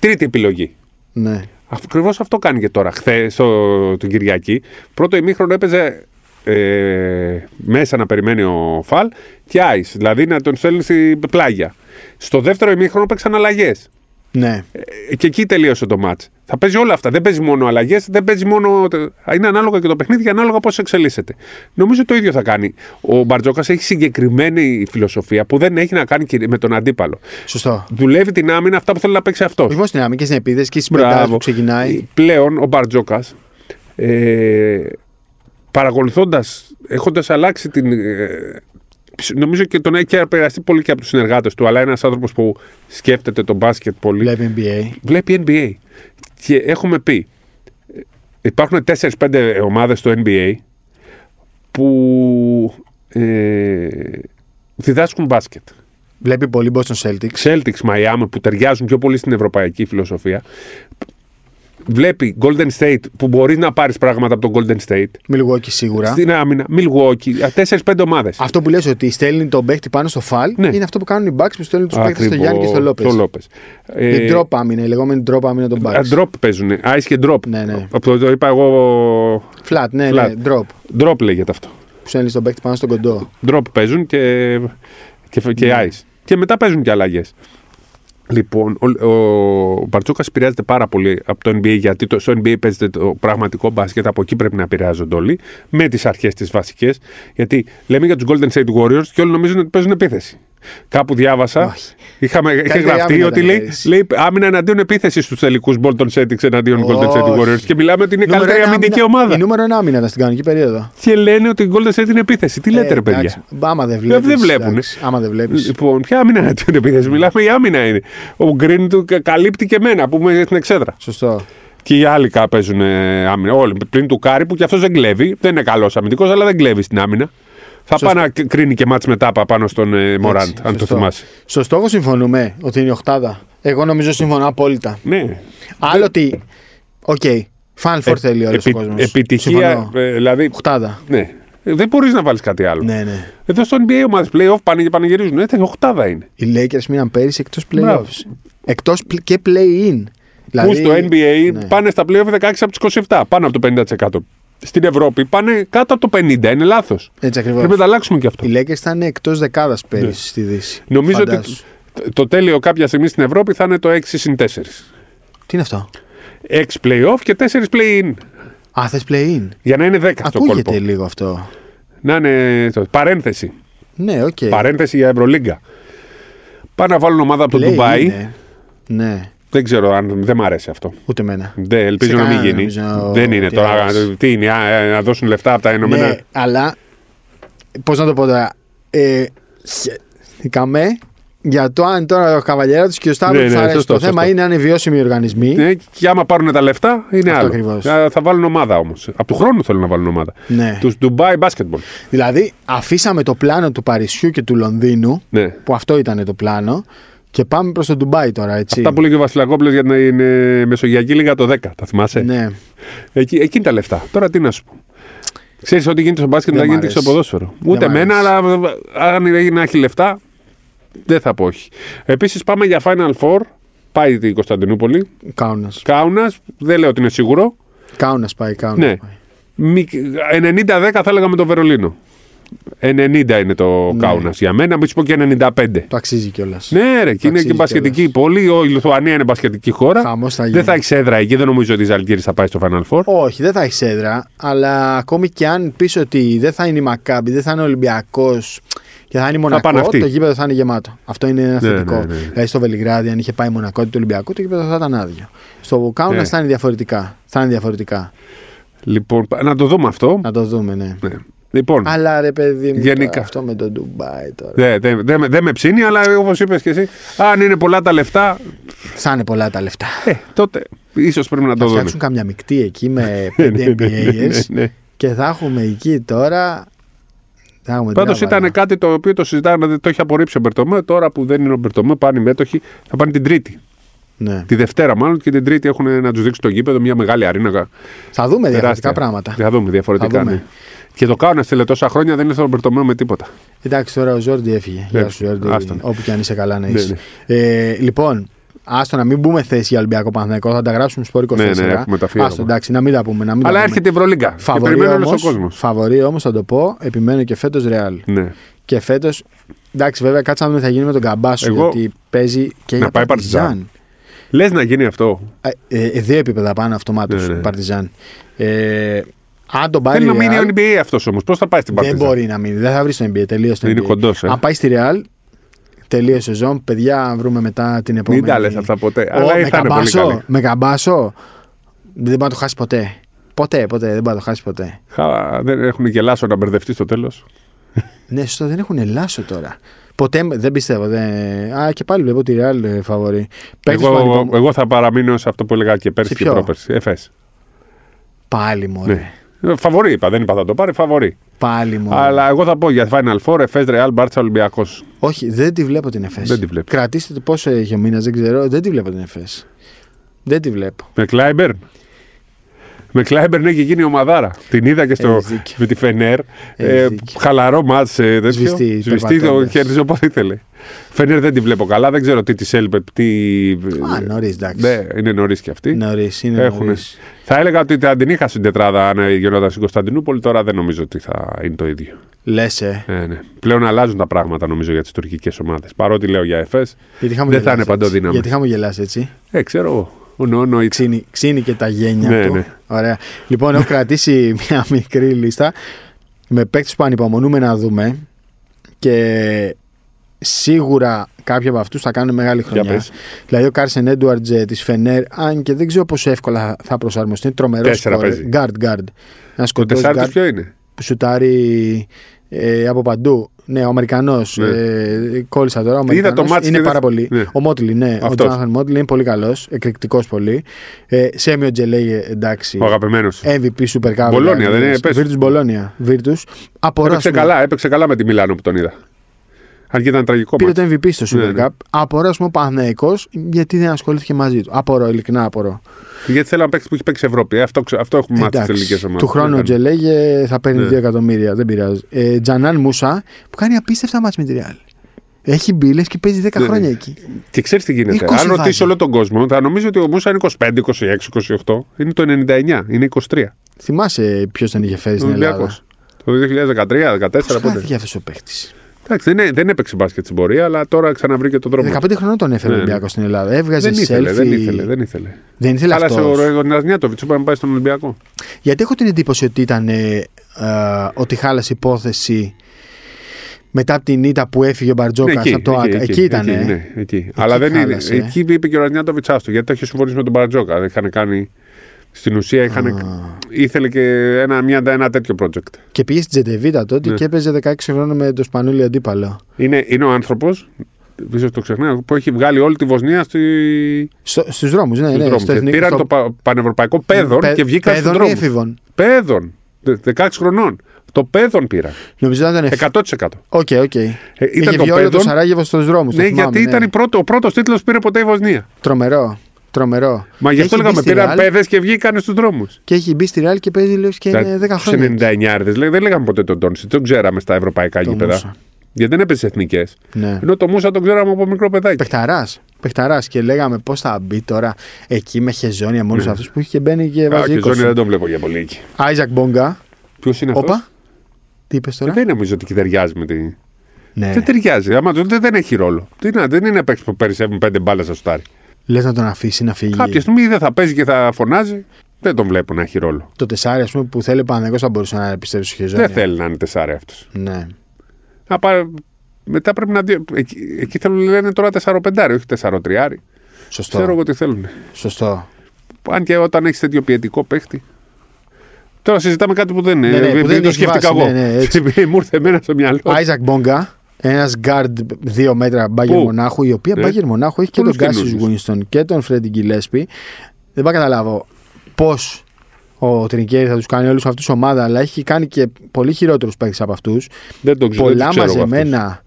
B: τρίτη επιλογή.
A: ναι.
B: Ακριβώς αυτό κάνει και τώρα. Χθες, την Κυριακή, πρώτο ημίχρονο έπαιζε ε, μέσα να περιμένει ο Φαλ και Άις, δηλαδή να τον στέλνει στην πλάγια. Στο δεύτερο ημίχρονο παίξαν αλλαγές.
A: ναι.
B: και εκεί τελείωσε το μάτ. Θα παίζει όλα αυτά. Δεν παίζει μόνο αλλαγές, δεν παίζει μόνο. ε, Είναι ανάλογα και το παιχνίδι και ανάλογα πώς εξελίσσεται. Νομίζω το ίδιο θα κάνει. Ο Μπαρτζόκας έχει συγκεκριμένη φιλοσοφία που δεν έχει να κάνει και με τον αντίπαλο.
A: Σωστό.
B: Δουλεύει την άμυνα αυτά που θέλει να παίξει αυτός.
A: Όχι μόνο στην άμυνα και στην επίδεση και στην πεντάδα που ξεκινάει.
B: Ε, Πλέον ο Μπαρτζόκας. Ε, Παρακολουθώντας, έχοντας αλλάξει την. ε, ψ- νομίζω και τον έχει περαστεί πολύ και από τους συνεργάτες του, αλλά ένας άνθρωπος που σκέφτεται τον μπάσκετ πολύ.
A: Βλέπει NBA.
B: Βλέπει NBA. Και έχουμε πει, ε, υπάρχουν 4-5 ομάδες στο NBA που ε, διδάσκουν μπάσκετ.
A: Βλέπει πολύ Boston Celtics.
B: Celtics, Miami που ταιριάζουν πιο πολύ στην ευρωπαϊκή φιλοσοφία. Βλέπει Golden State που μπορείς να πάρεις πράγματα από τον Golden State.
A: Milwaukee σίγουρα.
B: Στην άμυνα, Milwaukee, 4-5 ομάδες.
A: Αυτό που λες ότι στέλνει τον παίκτη πάνω στο φαλ
B: Ναι.
A: είναι αυτό που κάνουν οι Bucks που στέλνουν τους παίκτες στο Γιάννη και στο Λόπες.
B: Το Λόπες.
A: Η
B: Ε,
A: drop άμυνα, η λεγόμενη drop άμυνα των Bucks.
B: Drop παίζουν. Ice και drop.
A: Ναι, ναι.
B: Αυτό το είπα εγώ
A: Flat, ναι,
B: Flat.
A: ναι, drop.
B: Drop λέγεται αυτό.
A: Που στέλνεις τον παίκτη πάνω στον κοντό.
B: Drop παίζουν και, και, και
A: Ναι.
B: ice. Και μετά παίζουν και αλλαγές. Λοιπόν, ο, ο, ο Μπαρτσούκας επηρεάζεται πάρα πολύ από το NBA γιατί το, στο NBA παίζεται το πραγματικό μπάσκετ. Από εκεί πρέπει να επηρεάζονται όλοι με τις αρχές τις βασικές. Γιατί λέμε για τους Golden State Warriors και όλοι νομίζουν ότι παίζουν επίθεση. Κάπου διάβασα.
A: Όχι.
B: Είχαμε, είχε
A: Καλύτερη
B: γραφτεί
A: άμυνα
B: ότι
A: ήταν,
B: λέει,
A: ξέρεις.
B: λέει άμυνα εναντίον επίθεσης στους τελικούς Bolton Celtics εναντίον
A: Όχι.
B: Golden State Warriors. Και μιλάμε ότι είναι η
A: Νούμερο
B: καλύτερη
A: ένα
B: Ε, αμυντική
A: άμυνα-
B: ομάδα.
A: Η νούμερο ένα άμυνα ήταν στην κανονική περίοδο. Ε,
B: Και λένε ότι η Golden State είναι επίθεση. Τι λέτε, ρε παιδιά. Ε,
A: εντάξει. Άμα δεν
B: Δεν
A: βλέπεις,
B: βλέπουνε.
A: εντάξει. Άμα δεν βλέπεις.
B: Λοιπόν, ποια άμυνα είναι την επίθεση. Μιλάμε, η άμυνα είναι. Ο Green του κα- καλύπτει και εμένα που είμαι στην εξέδρα.
A: Σωστό.
B: Και οι άλλοι κα- παίζουν ε, άμυνα. Όλοι. Πλην του Κάρι που κι αυτός δεν κλέβει. Δεν είναι καλός αμυντικός, αλλά δεν κλέβει στην άμυνα. Θα πάει να κ- κρίνει και μάτς μετά πα- πάνω στον ε, Μωράντ,
A: Έτσι,
B: αν το
A: σωστό.
B: θυμάσαι.
A: Στο στόχο συμφωνούμε ότι είναι η οχτάδα. Εγώ νομίζω συμφωνώ απόλυτα.
B: Ναι.
A: Άλλο ότι. Οκ. Final Four θέλει όλος ο
B: Ε, Επι-
A: κόσμος.
B: επιτυχία. ε, δηλαδή.
A: Οχτάδα.
B: Ναι. Ε, Δεν μπορείς να βάλεις κάτι άλλο.
A: Ναι, ναι.
B: Εδώ στο NBA ομάδες playoff πάνε και πανηγυρίζουν. Έτσι, οχτάδα είναι.
A: Οι Lakers μείναν πέρυσι εκτός
B: Μπράβο.
A: playoffs. Εκτός και play-in.
B: Που στο NBA
A: ναι.
B: πάνε στα playoff 16 από τους 27, πάνω από το 50%. Στην Ευρώπη πάνε κάτω από το 50%. Είναι λάθος.
A: Έτσι ακριβώς.
B: Πρέπει να τα αλλάξουμε και αυτό.
A: Οι Lakers ήταν εκτός δεκάδας πέρυσι στη Δύση.
B: Ναι. Νομίζω
A: Φαντάσου.
B: ότι το- το τέλειο κάποια στιγμή στην Ευρώπη θα είναι το 6 συν 4.
A: Τι είναι αυτό.
B: 6 playoff και 4 play-in.
A: Α, θες play-in.
B: Για να είναι 10 στο
A: Ακούγεται
B: κόλπο.
A: λίγο αυτό.
B: Να είναι. το- Παρένθεση.
A: Ναι, οκ.
B: Παρένθεση για Ευρωλίγκα. Πάνε να βάλουν ομάδα από το
A: Play-in,
B: Ντουμπάι.
A: ναι. Ναι,
B: Δεν ξέρω αν. Δεν μ' αρέσει αυτό.
A: ούτε εμένα.
B: Δεν, ελπίζω
A: Σε
B: να μην
A: κανένα,
B: γίνει.
A: νομίζω,
B: Δεν είναι
A: τι
B: τώρα.
A: αρέσει.
B: Τι είναι, α, ε, να δώσουν λεφτά από τα Ηνωμένα.
A: Ναι, αλλά πώς να το πω τώρα. Ε, χαίκαμε για το αν τώρα ο Καβαλιέρας του και ο Σταύρος
B: Ναι,
A: του
B: ναι,
A: αρέσει.
B: σωστό,
A: το θέμα
B: σωστό.
A: είναι αν είναι βιώσιμοι οι οργανισμοί.
B: Ναι, και άμα πάρουν τα λεφτά είναι
A: Αυτό
B: άλλο.
A: ακριβώς.
B: Α, Θα βάλουν ομάδα όμως. Από του χρόνου θέλουν να βάλουν ομάδα.
A: Ναι.
B: Τους Dubai Basketball.
A: Δηλαδή, αφήσαμε το πλάνο του Παρισιού και του Λονδίνου,
B: Ναι.
A: που αυτό ήταν το πλάνο, και πάμε προς το Ντουμπάι τώρα, έτσι.
B: Αυτά που λέγει ο Βασιλακόπουλος για την ε, Μεσογειακή Λίγα το 10. Τα θυμάσαι.
A: Ναι,
B: Εκεί, εκεί είναι τα λεφτά. Τώρα τι να σου πω. Ξέρεις ότι γίνεται στο μπάσκετ
A: Δεν
B: δεν
A: μ'
B: γίνεται και στο
A: αρέσει.
B: ποδόσφαιρο.
A: Δεν
B: Ούτε
A: μ'
B: εμένα,
A: αρέσει.
B: αλλά ε, αν είναι να έχει λεφτά, δεν θα πω όχι. Επίσης πάμε για Final Four. Πάει η Κωνσταντινούπολη.
A: Κάουνας.
B: Κάουνας, δεν λέω ότι είναι σίγουρο.
A: Κάουνας πάει, Κάουνας.
B: Ναι. Μικ- 90-10 θα έλεγα με το Βερολίνο. 90 είναι το
A: Ναι.
B: Κάουνας για μένα, μην σου πω και 95.
A: Το αξίζει κιόλας.
B: Ναι, ρε, και είναι και
A: αξίζει
B: μπασκετική
A: κιόλας.
B: πόλη. Ο, η Λιθουανία είναι μπασκετική χώρα.
A: Χαμός θα γίνει.
B: δεν θα έχεις έδρα εκεί, δεν νομίζω ότι η Ζαλγκύρη θα πάει στο Final Four.
A: Όχι, δεν θα έχεις έδρα, αλλά ακόμη και αν πεις ότι δεν θα είναι η Μακάμπη, δεν θα είναι Ολυμπιακός και θα είναι η
B: πάνε
A: Μονακό,
B: αυτοί.
A: το γήπεδο θα είναι γεμάτο. Αυτό είναι ένα
B: Ναι,
A: θετικό.
B: ναι, ναι.
A: Δηλαδή στο Βελιγράδι, αν είχε πάει η Μονακό του Ολυμπιακού, το γήπεδο θα ήταν άδειο. Στο Κάουνας
B: Ναι.
A: θα είναι διαφορετικά. Θα είναι διαφορετικά.
B: Λοιπόν, πα- να το δούμε αυτό.
A: Να το δούμε, ναι.
B: Ναι. Λοιπόν,
A: Αλλά ρε παιδί μου,
B: Γενικά. Ναι.
A: τώρα, αυτό με το Ντουμπάι τώρα.
B: δεν δε, δε, δε με ψήνει, αλλά όπως είπες και εσύ, αν είναι πολλά τα λεφτά,
A: Θα είναι πολλά τα λεφτά.
B: ε, τότε ίσως πρέπει να το
A: Θα
B: δούμε.
A: φτιάξουν καμιά μεικτή εκεί με
B: Ναι,
A: 5
B: ναι, ναι, ναι, ναι,
A: NBAs
B: ναι.
A: και θα έχουμε εκεί τώρα. θα έχουμε την
B: Πάντω ήταν
A: άβαλα.
B: κάτι το οποίο το συζητάγαμε, το έχει απορρίψει ο Μπερτομέ. Τώρα που δεν είναι ο Μπερτομέ, πάνε οι μέτοχοι, θα πάνε την Τρίτη.
A: Ναι.
B: Τη Δευτέρα, μάλλον και την Τρίτη έχουν να τους δείξουν το γήπεδο, μια μεγάλη αρένα.
A: Θα δούμε Ε, διαφορετικά
B: τεράστια.
A: πράγματα.
B: Θα δούμε διαφορετικά.
A: Θα δούμε.
B: ναι. Και το κάνουν στέλνε τόσα χρόνια, δεν ήρθε ο Μπερτομέ με τίποτα.
A: Εντάξει, τώρα ο Ζόρντι έφυγε. Γεια σου,
B: Έφυγε.
A: Ζόρντι.
B: Άστον.
A: Όπου και αν είσαι καλά να
B: Ναι,
A: είσαι. Ε, λοιπόν, άστο να μην μπούμε θέση για Ολυμπιακό Παναθηναϊκό. Θα τα γράψουμε σπορ 24.
B: Ναι, ναι, έχουμε τα φύλλα
A: Άστο,
B: μας.
A: εντάξει, να μην τα πούμε. Να μην
B: Αλλά
A: τα
B: έρχεται η Ευρωλίγκα. Και
A: Φαβορή
B: περιμένει όλος ο
A: όμως-
B: κόσμος.
A: Φαβορή όμως θα το πω, επιμένω και φέτος Ρεάλ.
B: Ναι.
A: Και φέτος. Εντάξει, βέβαια, κάτσε να δούμε τι θα γίνει με τον Καμπάσο.
B: Εγώ-
A: Γιατί παίζει και
B: Να
A: για
B: πάει
A: Παρτιζάν.
B: Λες να γίνει αυτό.
A: Ε, ε, δύο επίπεδα πάνω αυτομάτως
B: Ναι, ναι.
A: Παρτιζάν. Ε, αν τον πάρει.
B: Θέλει να
A: η
B: μείνει
A: Real-
B: ο NBA αυτός όμως. Πώς θα πάει στην
A: Δεν
B: Παρτιζάν.
A: μπορεί να μείνει. Δεν θα βρει τον NBA. Τελείωσε τον
B: Είναι
A: NBA.
B: κοντός, ε.
A: Αν πάει στη Real, τελείωσε σεζόν. Παιδιά, βρούμε μετά την επόμενη.
B: Μην τα λες αυτά ποτέ.
A: Ω,
B: αλλά
A: με
B: θα είναι πολύ
A: καμπάσο,
B: καλή.
A: με καμπάσο. Δεν πάει να το χάσει ποτέ. Ποτέ, ποτέ. Δεν πάει να το χάσει ποτέ.
B: Χα, δεν έχουν γελάσει να μπερδευτεί στο τέλος.
A: Ναι, σωστό, δεν έχουν Ελλάσσο τώρα. Ποτέ δεν πιστεύω. Δεν... Α, και πάλι βλέπω τη Real ε, φαβορή. Παίκτης που
B: Εγώ,
A: ανυπομονώ-
B: εγώ θα παραμείνω σε αυτό που έλεγα και πέρσι
A: Σε
B: και
A: ποιο?
B: πρόπερσι. Εφέ.
A: Πάλι μου.
B: Ναι. Φαβορή είπα, δεν είπα θα το πάρει, φαβορή.
A: Πάλι μου.
B: Αλλά εγώ θα πω για Final Four, Εφέ, Ρεάλ, Μπάρτσα, Ολυμπιακός.
A: Όχι, δεν τη βλέπω την ΕΦΕΣ.
B: Δεν τη βλέπεις.
A: Κρατήστε το πόσο έχει ο μήνας, δεν ξέρω. Δεν τη βλέπω την ΕΦΕΣ. Δεν τη βλέπω.
B: Με Κλάιμπερν. Με Κλάιμπερν έχει γίνει ομαδάρα. Την είδα και στο,
A: Έχεις δίκιο.
B: με τη Φενέρ. Ε,
A: Έχεις δίκιο.
B: χαλαρό μάτς. Ε, τέτοιο.
A: Σβηστή,
B: το
A: περπατώντας.
B: κέρδιζε όπως ήθελε. Φενέρ δεν τη βλέπω καλά. Δεν ξέρω τι της έλειπε. Τι...
A: Α, νωρίς, εντάξει.
B: ναι, είναι νωρίς και αυτή.
A: Νωρίς, είναι
B: Έχουνε.
A: νωρίς.
B: Θα έλεγα ότι αν την είχα στην τετράδα αν γινόταν στην Κωνσταντινούπολη, τώρα δεν νομίζω ότι θα είναι το ίδιο.
A: Λες, ε.
B: Ε, ναι. Πλέον αλλάζουν τα πράγματα νομίζω για τις τουρκικές ομάδες. Παρότι λέω για εφές.
A: Γιατί
B: Δεν θα είναι
A: παντοδύναμη.
B: παντοδύναμη.
A: Γιατί χαμογελάς έτσι.
B: Ε, ξέρω εγώ. Ο Νόνο ήταν.
A: Ξύνει, ξύνει και τα γένια
B: Ναι,
A: του.
B: ναι.
A: Ωραία. Λοιπόν, έχω κρατήσει μια μικρή λίστα με παίκτες που ανυπομονούμε να δούμε και σίγουρα κάποιοι από αυτούς θα κάνουν μεγάλη χρονιά.
B: πες.
A: Δηλαδή ο Κάρσεν Έντουαρτζ της Φενέρ, αν και δεν ξέρω πόσο εύκολα θα προσαρμοστεί, είναι τρομερός
B: Τέσσερα παίζει.
A: Γκάρντ, γκάρντ. Ένα
B: Το
A: κοντό
B: τεσσάρι του ποιο είναι.
A: που σουτάρει ε, από παντού. Ναι, ο Αμερικανός.
B: Ναι.
A: Ε, κόλλησα τώρα. Ο
B: Είδα
A: Αμερικανός
B: το μάτς
A: είναι
B: και
A: πάρα
B: δεν-
A: πολύ.
B: ναι.
A: Ο Μότλι, ναι. Ο
B: Αυτός.
A: Τζόναθαν Μότλι είναι πολύ καλός. Εκρηκτικός πολύ. Ε, Σέμιο Τζελέγε, εντάξει.
B: Ο αγαπημένος.
A: MVP Super Cup.
B: Μπολόνια, δεν είναι, πες.
A: Βίρτους Μπολόνια. Βίρτους. Απορώ.
B: Έπαιξε
A: ας πούμε,
B: καλά, έπαιξε καλά με τη Μιλάνο που τον είδα. Αν και ήταν τραγικό
A: Πήρε
B: μάτς.
A: το MVP στο
B: Ναι,
A: Super
B: ναι.
A: Cup. Απορώ, ας πούμε, ο Παναθηναϊκός, γιατί δεν ασχολήθηκε μαζί του. Απορώ, ειλικρινά απορώ.
B: Γιατί θέλω να παίξει που έχει παίξει Ευρώπη. Ε, Αυτό, ξε- αυτό έχουμε μάθει στι
A: Εντάξει,
B: ελληνικές ομάδες.
A: Του χρόνου ο Τζελέγε θα παίρνει
B: Ναι.
A: 2 εκατομμύρια, δεν πειράζει. Ε, Τζανάν Μούσα που κάνει απίστευτα μάτς με τη Ρεάλ. Έχει μπύλε και παίζει 10
B: Ναι,
A: χρόνια
B: ναι.
A: εκεί.
B: Και ξέρεις τι
A: 20
B: γίνεται. Αν
A: βάζει.
B: ρωτήσει όλο τον κόσμο, θα νομίζω ότι ο Μούσα είναι 25, 26, 28. Είναι το 99, είναι 23.
A: Θυμάσαι ποιος τον είχε φέρει στην
B: Ολυμπιακός.
A: Ελλάδα.
B: Το 2013, 14,
A: Πώς
B: πότε.
A: χάθηκε αυτός ο παίχτη.
B: Εντάξει, δεν, δεν έπαιξε μπάσκετ στην πορεία, αλλά τώρα ξαναβρήκε τον δρόμο.
A: 15 χρονών τον έφερε ο
B: Ναι.
A: Ολυμπιακός στην Ελλάδα. Έβγαζε
B: Δεν ήθελε,
A: selfie.
B: δεν ήθελε, δεν ήθελε.
A: Δεν ήθελε
B: Αλλά
A: αυτός.
B: σε ο Ρογονιασνιάτοβιτ σου είπα να πάει στον Ολυμπιακό.
A: Γιατί έχω την εντύπωση ότι ήταν. ε, ε, ότι χάλασε υπόθεση μετά από την ήττα που έφυγε ο Μπαρτζόκα
B: Ναι,
A: από το ΑΚΑ. Εκεί, ήταν.
B: Εκεί, ναι, εκεί. Αλλά δεν είναι.
A: χάλασε.
B: Εκεί είπε και ο Ραγνιάτοβιτ άστο, γιατί το είχε συμφωνήσει με τον Μπαρτζόκα. Δεν είχαν κάνει. Στην ουσία είχαν, ήθελε και ένα, μια, ένα τέτοιο project.
A: Και πήγε στην Τζεντεβίτα τότε
B: Ναι.
A: και έπαιζε 16 χρόνια με το Σπανούλη αντίπαλο.
B: Είναι, είναι ο άνθρωπος, ίσω το ξεχνάω, που έχει βγάλει όλη τη Βοσνία στη,
A: Στους δρόμους, ναι,
B: στους
A: ναι.
B: δρόμους.
A: στο εθνικό-
B: Πήραν
A: στο-
B: το πα- πανευρωπαϊκό πέδον
A: Πε-
B: και βγήκαν στον
A: Παιδών ή
B: δρόμο.
A: εφήβων.
B: Πέδον. Δε- 16 χρονών. Το πέδον πήραν.
A: Νομίζω ότι ήταν εφήβων.
B: 100%.
A: Οκ, οκ. Είχε
B: Ε, το
A: βγει όλο το
B: παιδόν.
A: Σαράγεβο στους δρόμους.
B: Ναι, γιατί ήταν η πρώτο, ο πρώτος τίτλος που πήρε ποτέ η Βοσνία.
A: Τρομερό. Τρομερό.
B: Μα γι'
A: Και
B: αυτό
A: έχει μπει
B: λέγαμε
A: στη
B: πήραν
A: Real
B: παιδες και βγήκαν στους δρόμους.
A: Και έχει μπει στη Ρεάλ και παίζει λες και είναι 10
B: Στου
A: Ε, χρόνια.
B: 99 λέει, δεν λέγαμε ποτέ τον Τόνσι, τον ξέραμε στα ευρωπαϊκά
A: Το
B: γήπεδα.
A: Μούσα.
B: Γιατί δεν έπαιζε εθνικές.
A: Ναι.
B: Ενώ το Μούσα τον ξέραμε από μικρό παιδάκι.
A: Πεχταράς. Πεχταράς. Και λέγαμε πώς θα μπει τώρα εκεί με χεζόνια μόνο ναι. αυτούς που είχε και μπαίνει και
B: Α,
A: βάζει.
B: και Ζώνη
A: 20.
B: δεν τον βλέπω για πολύ εκεί.
A: Άιζακ Μπόγκα.
B: Ποιος είναι αυτός.
A: Όπα. Τι είπες τώρα.
B: Δεν νομίζω ότι ταιριάζει με τη.
A: Ναι.
B: Δεν ταιριάζει. Άμα το- δεν, δεν έχει ρόλο. Τι να, δεν είναι παίξι που περισσεύουν πέντε μπάλες στο στάρι.
A: Λες να τον αφήσει να φύγει.
B: Κάποια στιγμή δεν θα παίζει και θα φωνάζει. Δεν τον βλέπω να έχει ρόλο.
A: Το τεσάρι, ας πούμε, που θέλει πανεκώ θα μπορούσε να επιστρέψει στο χεζόνια.
B: Δεν θέλει να είναι τεσσάρι αυτός.
A: Ναι.
B: Να πάρει- Μετά πρέπει να. δει- Εκεί, εκεί θέλουν λένε τώρα 4-5, όχι 4-3.
A: Σωστό.
B: Ξέρω εγώ τι θέλουν.
A: Σωστό.
B: Αν και όταν έχεις τέτοιο ποιητικό παίχτη. Τώρα συζητάμε κάτι που δεν είναι.
A: Ναι, ναι, που
B: επειδή
A: δεν
B: το
A: έχει
B: σκέφτηκα
A: βάση,
B: εγώ.
A: ναι, ναι, έτσι.
B: Επειδή μου ήρθε εμένα στο μυαλό.
A: Άιζακ Μπόγκα, ένα γκάρντ 2 μέτρα μπάγκερ
B: Πού?
A: Μονάχου, η οποία
B: Ναι.
A: μπάγκερ Μονάχου έχει και
B: Πολλούς
A: τον Κάσι
B: καινούριους.
A: Γουίνστον και τον Φρέντι Γκυλέσπη. Δεν πάω να καταλάβω πώς ο Τρινκέρι θα τους κάνει όλους αυτούς ομάδα, αλλά έχει κάνει και πολύ χειρότερους παίκτες από αυτούς.
B: δεν τον ξέρω. δεν
A: Πολλά
B: τους ξέρω εγώ αυτούς.
A: μαζεμένα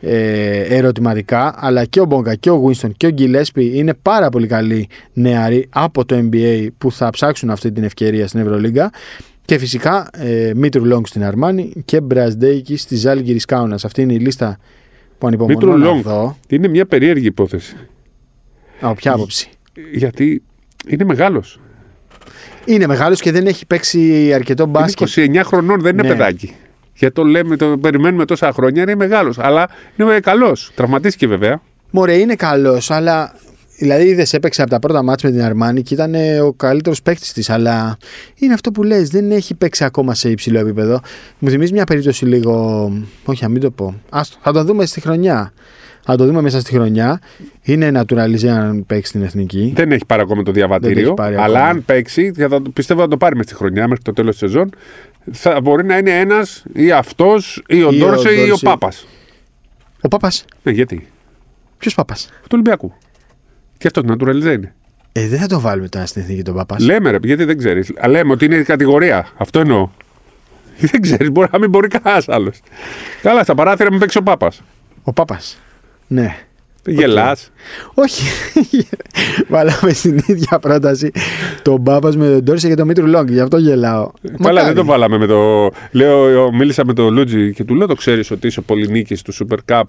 A: ε, ερωτηματικά, αλλά και ο Μπόγκα και ο Γουίνστον και ο Γκυλέσπη είναι πάρα πολύ καλοί νεαροί από το NBA που θα ψάξουν αυτή την ευκαιρία στην Ευρωλίγκα. Και φυσικά ε, Μήτρου Λόγκ στην Αρμάνη και Μπραζντέικη στη Ζάλγκη Κάουνα. Αυτή είναι η λίστα που ανυπομονώ
B: Μήτρου
A: να
B: Λόγκ.
A: δω.
B: Είναι μια περίεργη υπόθεση.
A: Από ποια άποψη.
B: Γιατί είναι μεγάλος.
A: Είναι μεγάλος και δεν έχει παίξει αρκετό
B: Είναι
A: μπάσκετ.
B: 29 χρονών, δεν είναι
A: Ναι.
B: παιδάκι. Γιατί το λέμε, το περιμένουμε τόσα χρόνια, είναι μεγάλος. Αλλά είναι καλός. Τραυματίστηκε βέβαια.
A: Μωρέ, είναι καλός, αλλά. Δηλαδή, είδες, έπαιξε από τα πρώτα μάτια με την Αρμάνη και ήταν ε, ο καλύτερος παίκτης της. Αλλά είναι αυτό που λες, δεν έχει παίξει ακόμα σε υψηλό επίπεδο. Μου θυμίζει μια περίπτωση λίγο. Όχι, να μην το πω. Άστο, θα το δούμε στη χρονιά. Θα το δούμε μέσα στη χρονιά. Είναι naturalizé αν παίξει στην εθνική.
B: Δεν έχει πάρει ακόμα το
A: Δεν
B: διαβατήριο.
A: έχει πάρει
B: αλλά
A: ακόμα.
B: αν παίξει, θα το- πιστεύω θα το πάρει μέσα στη χρονιά μέχρι το τέλος της σεζόν. Θα μπορεί να είναι ένας ή αυτός ή ο
A: Ή ο
B: Ντόρσε ή ο
A: Ντόρσε.
B: Πάπας.
A: Ο Πάπας.
B: Ναι, γιατί.
A: Ποιος Πάπας.
B: Του Ολυμπιακού. Και αυτό naturalize είναι.
A: Ε, δεν θα το βάλουμε τώρα στην εθνική τον Πάπα.
B: Λέμε ρε, γιατί δεν ξέρεις. Λέμε ότι είναι κατηγορία. Αυτό εννοώ. Δεν ξέρεις, μπορεί να μην μπορεί κανένας άλλος. Καλά, στα παράθυρα μην παίξει ο Πάπας.
A: Ο Πάπας. Ναι.
B: Γελάς.
A: Όχι. Βάλαμε στην ίδια πρόταση τον Πάπας με τον Ντόρσε και τον Μήτρου Λόγκ. Γι' αυτό γελάω.
B: Καλά,
A: Μακάρι.
B: δεν το βάλαμε με το. Λέω, μίλησα με τον Λούτζι και του λέω: Το ξέρεις ότι είσαι πολύ νίκη του Super Cup.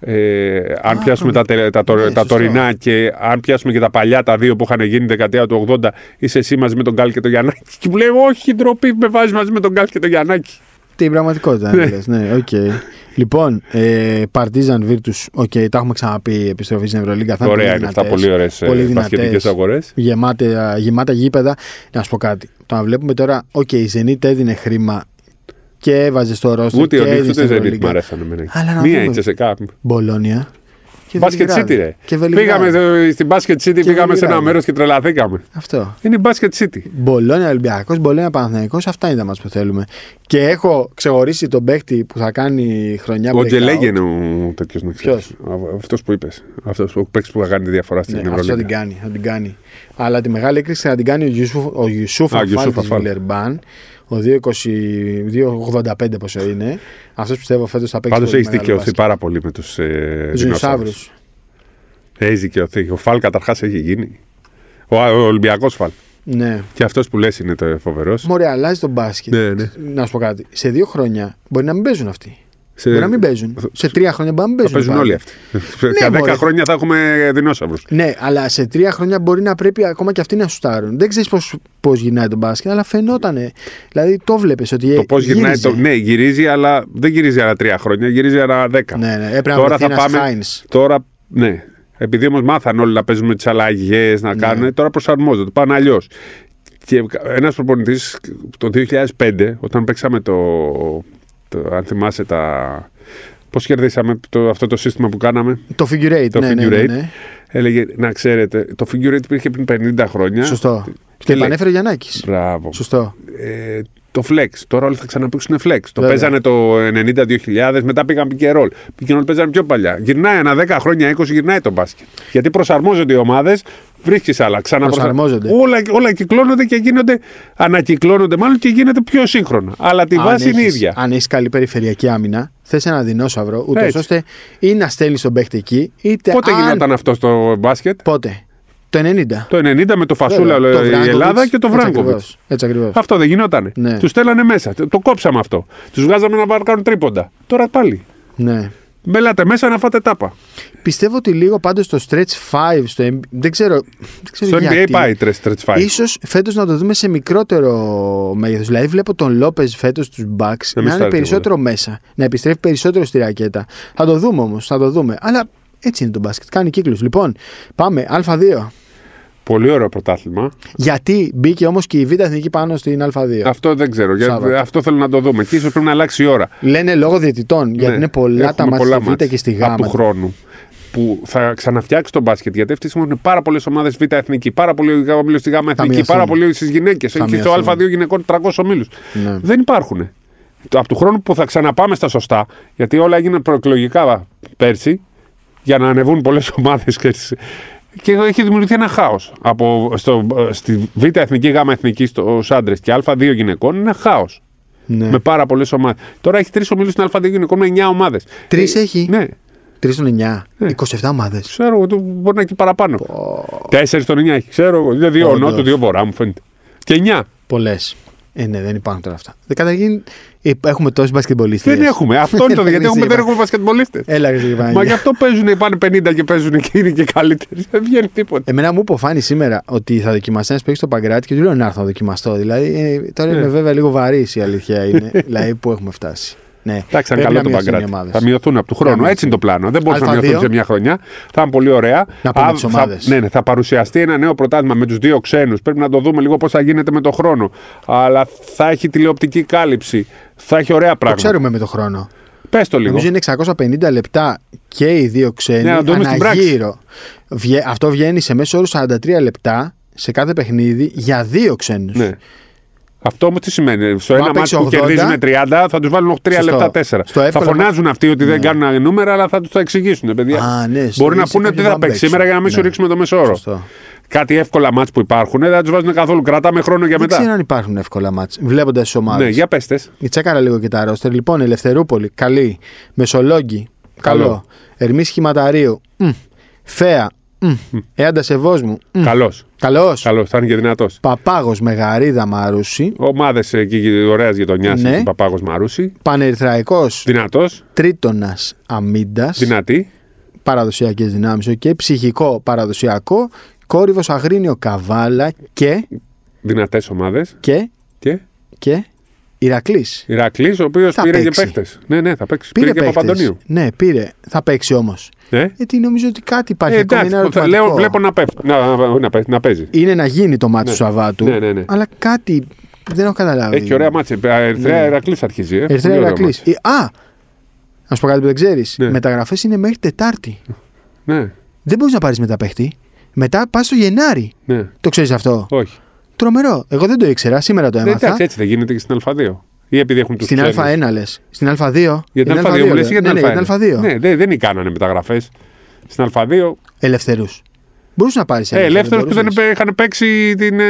B: Ε, αν
A: Α,
B: πιάσουμε τα, τελε- τα, τωρι-
A: ναι,
B: τα
A: σωστό.
B: τωρινά και αν πιάσουμε και τα παλιά, τα δύο που είχαν γίνει δεκαετία του 80, είσαι εσύ μαζί με τον Γκάλ και τον Γιαννάκη. Και μου λέει: Όχι, ντροπή, με βάζεις μαζί με τον Γκάλ και τον Γιαννάκη.
A: Την πραγματικότητα.
B: Ναι.
A: ναι. Λες, ναι, οκ. Λοιπόν, ε, Partizan Virtus, οκ, τα έχουμε ξαναπεί επιστροφή στην Ευρωλίγκα. Θα είναι
B: Ωραία
A: πολύ
B: είναι αυτά.
A: δυνατές,
B: Πολύ ε, ωραίε
A: πολύ δυνατές,
B: πασχετικέ αγορέ.
A: Γεμάτα, γεμάτα γήπεδα. Να σου πω κάτι. Το να βλέπουμε τώρα, οκ, η Zenit έδινε χρήμα και έβαζε στο ρόστερ.
B: Ούτε
A: και
B: ο Νίχτο
A: έδινε
B: ούτε
A: στην
B: η Ζενίτ
A: Ευρωλίγκα.
B: μ' αρέσαν εμένα.
A: Αλλά να
B: Μία
A: δούμε.
B: η Τσεσεκά.
A: Μπολόνια. Και
B: Μπάσκετ
A: Βελιγράδι.
B: City, ρε.
A: Και Βελιγράδι.
B: Πήγαμε στο- στην Μπάσκετ City, πήγαμε σε ένα
A: Βελιγράδι.
B: μέρος και τρελαθήκαμε.
A: Αυτό.
B: Είναι η Μπάσκετ City.
A: Μπολόνια Ολυμπιακός, Μπολόνια Παναθυναϊκό, αυτά είναι τα μάτια που θέλουμε. Και έχω ξεχωρίσει τον παίκτη που θα κάνει χρονιά
B: Ο
A: breakout.
B: Τζελέγγε είναι ο τέτοιος να ξέρει.
A: Ποιος?
B: Αυτό που είπες. Αυτός ο παίκτης που θα κάνει τη διαφορά στην
A: Ναι, αυτό την
B: Ευρωλίγκα.
A: κάνει, θα την κάνει. Αλλά τη μεγάλη έκρηξη θα την κάνει ο Ιουσούφ, ο Ιουσούφ
B: Α,
A: Αφάλ
B: Ιουσούφ
A: της
B: Αφάλ.
A: Βιλερμπάν, ο 2,20 2,85 πόσο είναι. Αυτός πιστεύω φέτος θα παίξει
B: Πάντως
A: πολύ
B: έχεις
A: μεγάλο
B: δικαιωθεί
A: μπάσκετ.
B: πάρα πολύ με τους ε,
A: Τους
B: δεινόσαυρου.
A: δεινοσαύρους.
B: Έχεις δικαιωθεί. Ο Φαλ καταρχάς έχει γίνει. Ο, ο Ολυμπιακός Φαλ.
A: Ναι.
B: Και αυτός που λες είναι το φοβερός.
A: Μωρέ, αλλάζει τον μπάσκετ.
B: Ναι, ναι.
A: Να σου πω κάτι. Σε δύο χρόνια μπορεί να μην παίζουν αυτοί.
B: Σε-
A: Μπορεί να μην παίζουν. Σε τρία χρόνια μπορεί να μην
B: Θα
A: παίζουν.
B: παίζουν
A: πάλι. Ναι,
B: όλοι αυτοί. Για
A: μωρέ.
B: 10 χρόνια θα έχουμε δεινόσαυρους.
A: Ναι, αλλά σε τρία χρόνια μπορεί να πρέπει ακόμα και αυτοί να σουτάρουν. Δεν ξέρεις πώς γυρνάει το μπάσκετ, αλλά φαινότανε. Δηλαδή το βλέπεις ότι.
B: Το πώς γυρνάει το. Ναι, γυρίζει, αλλά δεν γυρίζει άλλα τρία χρόνια, γυρίζει άλλα δέκα.
A: ναι, ναι, έπρεπε
B: Τώρα
A: να
B: θα
A: βρεθεί ένας
B: πάμε.
A: Χάινς.
B: Τώρα, ναι. Επειδή όμως μάθαν όλοι να παίζουν με τις αλλαγές,
A: Ναι.
B: να κάνουν, τώρα προσαρμόζονται, το πάνε αλλιώς. Και ένας προπονητής το 2005, όταν παίξαμε το. το- αν θυμάσαι τα. Πώς κερδίσαμε το, αυτό το σύστημα που κάναμε,
A: Το figure eight.
B: το
A: ναι,
B: figure
A: ναι, ναι,
B: eight.
A: ναι.
B: Έλεγε, να ξέρετε, το figure eight υπήρχε πριν 50 χρόνια.
A: Σωστό. Και
B: Ναι. λέει-
A: επανέφερε ο Γιαννάκης.
B: Μπράβο.
A: Σωστό.
B: Ε, το flex. Τώρα όλοι θα ξαναπήξουν flex. Το
A: Βέβαια.
B: παίζανε το 90-2000, μετά πήγαν pick and roll. Pick and roll παίζανε πιο παλιά. Γυρνάει ένα 10 χρόνια, 20 γυρνάει το μπάσκετ. Γιατί προσαρμόζονται οι ομάδες, βρίσκεις άλλα. Ξαναπροσαρμόζονται.
A: Προσαρμόζονται.
B: Όλα, όλα κυκλώνονται και γίνονται, ανακυκλώνονται μάλλον και γίνεται πιο σύγχρονα. Αλλά τη
A: Αν
B: βάση είναι η
A: έχεις-
B: ίδια.
A: Αν έχεις καλή περιφερειακή άμυνα, θες ένα δεινόσαυρο, ούτως
B: Έτσι.
A: ώστε ή να στέλνεις τον παίχτη εκεί, είτε.
B: Πότε
A: αν-
B: γινόταν αυτό στο μπάσκετ,
A: Πότε. Το 90.
B: το 90 με το Φασούλα ε,
A: Βέβαια, το
B: η
A: Βράγκοβιτς,
B: Ελλάδα και το
A: έτσι
B: Βράγκοβιτ.
A: ακριβώς, Έτσι ακριβώς.
B: Αυτό δεν γινότανε.
A: Ναι.
B: Τους στέλνανε μέσα. Το το κόψαμε αυτό. Τους βγάζαμε να πάρουν κάνουν τρίποντα. Τώρα πάλι.
A: Ναι.
B: Μπελάτε μέσα να φάτε τάπα.
A: Πιστεύω ότι λίγο πάντως το stretch 5 στο NBA. Δεν ξέρω. Δεν ξέρω
B: Στο NBA
A: γιατί.
B: πάει η Stretch 5.
A: Ίσως φέτος να το δούμε σε μικρότερο μέγεθος. Δηλαδή βλέπω τον Λόπες φέτος τους Bucks να είναι
B: στάρει
A: περισσότερο μέσα. Να επιστρέφει περισσότερο στη ρακέτα. Θα το δούμε όμως, θα το δούμε. Αλλά έτσι είναι το μπάσκετ, κάνει κύκλους. Λοιπόν, πάμε, Α2.
B: Πολύ ωραίο πρωτάθλημα.
A: Γιατί μπήκε όμως και η Β' Εθνική πάνω στην Α2.
B: Αυτό δεν ξέρω. Για-
A: Ε, Σάββατο.
B: Αυτό θέλω να το δούμε. Και ίσως πρέπει να αλλάξει η ώρα.
A: Λένε λόγω διαιτητών, γιατί
B: Ναι.
A: είναι πολλά τα
B: Έχουμε
A: μάτια
B: πολλά
A: στη Β'
B: μάτς
A: και στη Γ.
B: Από του χρόνου που θα ξαναφτιάξει τον μπάσκετ. Γιατί αυτή τη στιγμή έχουν πάρα πολλές ομάδες Β' εθνική, πάρα πολύ ομίλου στη Γ' εθνική,
A: μειωθούν.
B: πάρα πολύ στις γυναίκες.
A: Θα
B: Έχει
A: μειωθούν.
B: στο Α2 γυναικών 300 ομίλους.
A: Ναι.
B: Δεν υπάρχουν. Από του χρόνου που θα ξαναπάμε στα σωστά, γιατί όλα έγιναν προεκλογικά πέρσι, για να ανεβούν πολλές ομάδες. Και έχει δημιουργηθεί ένα χάος. Στη Β' εθνική, Γ' εθνική, στου άντρε και Α2 γυναικών είναι χάος.
A: Ναι.
B: Με πάρα πολλές ομάδες. Τώρα έχει τρεις ομίλους στην Α2 γυναικών με 9 ομάδες.
A: Τρεις έχει.
B: Ναι,
A: 3 στον 9, 27 ομάδες.
B: ξέρω εγώ, το- μπορεί να έχει και παραπάνω. Τέσσερι στον 9 έχει, ξέρω εγώ. Είναι δύο
A: Όντως.
B: νότου, δύο βορρά, μου φαίνεται. Και 9.
A: Πολλές. Ε, ναι, δεν υπάρχουν τώρα αυτά. Δε- Καταρχήν, ε, έχουμε τόσοι μπασκετμπολίστες.
B: Δεν έχουμε. Αυτό είναι το
A: Δεν
B: γιατί έχουμε, δεν
A: υπάρχει.
B: έχουμε πασκετμπολίστε.
A: Έλα, ρε
B: Μα γι'
A: Γιάννη.
B: αυτό παίζουν, πάνε 50 και παίζουν και είναι και καλύτεροι. Δεν βγαίνει τίποτα.
A: Εμένα μου είπε ο Φάνη σήμερα ότι θα δοκιμαστεί να παίξει στο παγκράτη και του λέω να έρθω να δοκιμαστώ. Δηλαδή, ε, τώρα είμαι βέβαια λίγο βαρύς η αλήθεια είναι. δηλαδή, πού έχουμε φτάσει. Ναι,
B: Εντάξει, αν
A: Πρέπει
B: καλό
A: να
B: τον
A: μειωθούν οι
B: Παγκράτη.
A: ομάδες.
B: Θα μειωθούν από του χρόνου.
A: μειωθούν.
B: Έτσι είναι το πλάνο. ε. Δεν μπορούσαν να
A: Α2.
B: μειωθούν σε μια χρονιά. Θα ήταν πολύ ωραία.
A: Να πούμε
B: Α,
A: τις
B: θα-
A: ομάδες.
B: Ναι, ναι, θα παρουσιαστεί ένα νέο πρωτάθλημα με τους δύο ξένους. Πρέπει να το δούμε λίγο πώς θα γίνεται με το χρόνο. Αλλά θα έχει τηλεοπτική κάλυψη. Θα έχει ωραία
A: Το
B: πράγματα.
A: ξέρουμε με το χρόνο.
B: Πες το λίγο.
A: Νομίζω είναι 650 λεπτά και οι δύο ξένοι.
B: Ναι, να το δούμε στην πράξη.
A: αναγύρω. Βγε- αυτό βγαίνει σε μέσο όρο 43 λεπτά σε κάθε παιχνίδι για δύο ξένους.
B: Ναι. Αυτό όμως τι σημαίνει. Στο
A: Μα
B: ένα
A: παίξει
B: μάτι που
A: 80,
B: κερδίζουν 30, θα τους βάλουν 3
A: Σωστό.
B: λεπτά 4.
A: Στο
B: θα
A: εύκολο-
B: φωνάζουν αυτοί ότι δεν κάνουν νούμερα, αλλά θα τους τα εξηγήσουν. ε, Παιδιά.
A: Α, ναι, στο
B: Μπορεί να
A: ίση
B: πούνε
A: υπάρχει
B: τι θα
A: να
B: παίξει
A: παίξω.
B: σήμερα για να μην σου
A: Ναι.
B: ρίξουμε το μεσόωρο.
A: Σωστό.
B: Κάτι εύκολα μάτ που υπάρχουν ε, δεν θα του βάζουν καθόλου. Κρατάμε χρόνο για
A: Δεν
B: μετά.
A: ξέρω αν υπάρχουν εύκολα μάτς, βλέποντας τις ομάδες.
B: Ναι, για πέστε.
A: Η τσέκαρα λίγο και τα ρόστερ. Λοιπόν, Ελευθερούπολη, καλή. Μεσολόγγι, καλό.
B: Καλό.
A: Ερμή Χηματαρίου, μμ. Φέα, μμ. Έαντα Σεβόσμου, μμ.
B: Καλός.
A: καλός.
B: Καλός, θα είναι και δυνατός.
A: Παπάγος Μεγαρίδα Μαρούση.
B: Ομάδες εκεί ωραίας γειτονιάς,
A: Ναι.
B: ναι. Παπάγο Μαρούση.
A: Πανερθραϊκό
B: Δυνατός,
A: Τρίτονας Αμίντα.
B: δυνατή.
A: Παραδοσιακές δυνάμεις. Και ψυχικό παραδοσιακό. Κόρυβος Αγρίνιο Καβάλα και.
B: Δυνατές ομάδες.
A: και.
B: Και
A: και. Ηρακλής.
B: Ηρακλής, ο οποίος
A: Θα
B: πήρε
A: παίξει.
B: και παίχτες. Ναι, ναι, θα παίξει. Πήρε, και
A: παίκτες.
B: Παπαντονίου.
A: Ναι, πήρε. Θα παίξει όμως.
B: Ε?
A: Γιατί νομίζω ότι κάτι υπάρχει
B: Ε,
A: ακόμα.
B: εντάξει,
A: είναι
B: θα-
A: ερωτηματικό.
B: λέω, βλέπω να, πέφτει, να, να, να παί- να παίζει.
A: είναι να γίνει το μάτι του Σαββάτου.
B: Ναι, ναι, ναι.
A: Αλλά κάτι, Δεν έχω καταλάβει.
B: Έχει και ωραία μάτσα. Ερυθρέα Ερακλή αρχίζει. Ε.
A: Ε, ναι. Ερυθρέα
B: Πολύ ωραίο
A: Ηρακλής. Ε, Α! Να σου πω κάτι που δεν ξέρεις.
B: Ναι.
A: Μεταγραφές είναι μέχρι Τετάρτη.
B: μάτς. Ναι,
A: Δεν μπορείς να πάρεις μετά παίχτη. Μετά πας στο Γενάρη.
B: ναι.
A: Το ξέρεις αυτό.
B: Όχι.
A: Τρομερό. Εγώ δεν το ήξερα. Σήμερα το
B: Ναι,
A: έμαθα.
B: εντάξει, έτσι δεν γίνεται και στην Α2. Ή επειδή έχουν τους
A: Ε, Στην Α1 λες. Στην Α2.
B: Για την Α2 μου λες ή για την
A: Ναι, ναι,
B: Α1.
A: για την Α2.
B: Ναι, δεν, δεν κάνανε μεταγραφές. Στην Α2.
A: Ελευθερούς. Μπορούσες να πάρεις.
B: Ε, ελεύθερου που δεν επέ- είχαν παίξει την
A: Ναι,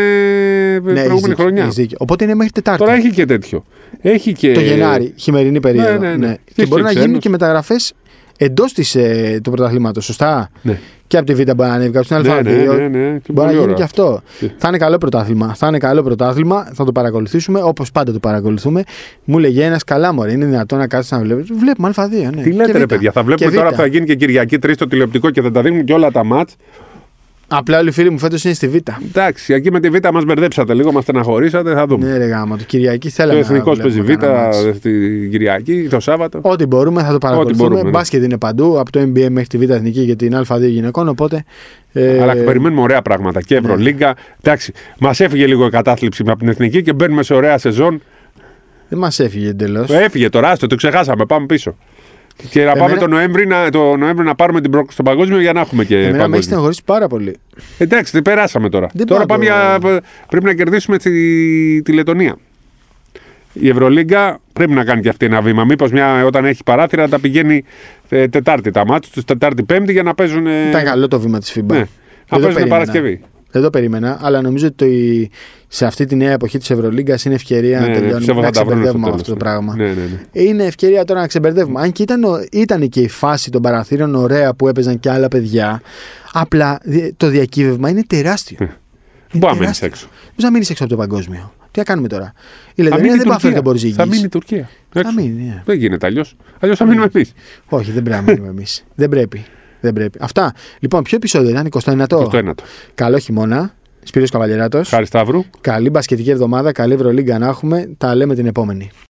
B: ε, προηγούμενη χρονιά.
A: Οπότε είναι μέχρι Τετάρτη.
B: Τώρα έχει και τέτοιο. Έχει και.
A: Το Γενάρη, χειμερινή περίοδο.
B: Ε, ναι, ναι. Και
A: Και
B: στους
A: μπορεί να γίνουν
B: ξένους.
A: και μεταγραφές εντός ε, του πρωταθλήματος. Σωστά.
B: Ναι.
A: Και από τη Β' μπορεί να ανέβει, από την
B: Ναι,
A: Α2.
B: ναι, ναι, ναι. Και
A: Μπορεί να
B: πολύ
A: γίνει
B: ωραία.
A: και αυτό.
B: Και-
A: Θα είναι καλό πρωτάθλημα. Θα είναι καλό πρωτάθλημα, θα το παρακολουθήσουμε όπως πάντα το παρακολουθούμε. Μου λέγε ένας καλά μωρέ, είναι δυνατόν να κάτσει να βλέπεις. Βλέπουμε Α2. Ναι.
B: Τι
A: Και
B: λέτε,
A: Β'.
B: ρε παιδιά, θα βλέπουμε
A: Και
B: τώρα
A: Β'.
B: που θα γίνει και Κυριακή 3 το τηλεοπτικό και θα τα δίνουν και όλα τα μάτ.
A: Απλά όλοι οι φίλοι μου φέτος είναι στη Β.
B: Εντάξει, εκεί με τη Β' μας μπερδέψατε λίγο, μας στεναχωρήσατε, θα δούμε.
A: Ναι, ρε γάμα, το Κυριακή
B: Το
A: θέλαμε. να
B: εθνικός παίζει
A: βλέπουμε
B: Β
A: κανένα μάτς.
B: την Κυριακή, το Σάββατο.
A: Ό,τι μπορούμε θα το παρακολουθούμε.
B: μπορούμε, ναι.
A: Μπάσκετ είναι παντού, από το NBA μέχρι τη Β' Εθνική και την Α2 γυναικών. Οπότε. ε, ναι.
B: Αλλά περιμένουμε ωραία πράγματα και Ευρωλίγκα. Εντάξει, μας έφυγε λίγο η κατάθλιψη από την εθνική και μπαίνουμε σε ωραία σεζόν.
A: Δεν μας έφυγε εντελώς.
B: Έφυγε τώρα, άστο, το ξεχάσαμε. Πάμε πίσω. Και να
A: Εμένα-
B: πάμε το Νοέμβρη να, το Νοέμβρη να πάρουμε την πρόκληση στο παγκόσμιο για να έχουμε και
A: Εμένα με έχει
B: παγκόσμιο.
A: στεναχωρήσει πάρα πολύ.
B: Εντάξει, δεν περάσαμε τώρα.
A: Δεν
B: τώρα
A: πάω
B: πάμε
A: το-
B: για, πρέπει να κερδίσουμε τη, τη Λετωνία. Η Ευρωλίγκα πρέπει να κάνει και αυτή ένα βήμα. Μήπως όταν έχει παράθυρα να τα πηγαίνει ε, Τετάρτη τα μάτια του, Τετάρτη-Πέμπτη για να παίζουν. ε,
A: Ήταν καλό το βήμα της FIBA.
B: Ναι.
A: Δεν το
B: Να παίζουν
A: περίμενα.
B: Παρασκευή.
A: Δεν το περίμενα, αλλά νομίζω ότι το η- σε αυτή τη νέα εποχή της Ευρωλίγκας είναι ευκαιρία
B: Ναι,
A: να
B: ναι,
A: τελειώνουμε.
B: πιστεύω
A: να
B: θα τα βρουν στο
A: ξεμπερδεύουμε
B: τέλος.
A: αυτό το πράγμα. Ε,
B: Ναι, ναι, ναι.
A: Είναι ευκαιρία τώρα να ξεμπερδεύουμε. Αν και ήταν, ο- ήταν και η φάση των παραθύρων ωραία που έπαιζαν και άλλα παιδιά, απλά δι- το διακύβευμα είναι τεράστιο.
B: Πού πάμε εμείς
A: τεράστιο.
B: έξω.
A: Μπορεί να μείνεις έξω από το παγκόσμιο. Τι θα κάνουμε τώρα. Η
B: Θα
A: Λετωνία
B: μείνει, η
A: δεν πάφερε
B: Τουρκία.
A: τον Μπορζίνγκη.
B: θα μείνει η Τουρκία. Έξω.
A: μείνει, ναι.
B: Δεν γίνεται αλλιώς. Αλλιώς θα μείνουμε εμείς.
A: Όχι, δεν πρέπει να μείνουμε εμείς. δεν πρέπει. Δεν πρέπει. Αυτά. Λοιπόν, ποιο επεισόδιο ήταν, 29ο.
B: Το ένατο.
A: Καλό χειμώνα. Σπύρος Καβαλιεράτος.
B: Χάρη Σταύρου.
A: Καλή μπασκετική εβδομάδα, καλή Ευρωλίγκα να έχουμε. Τα λέμε την επόμενη.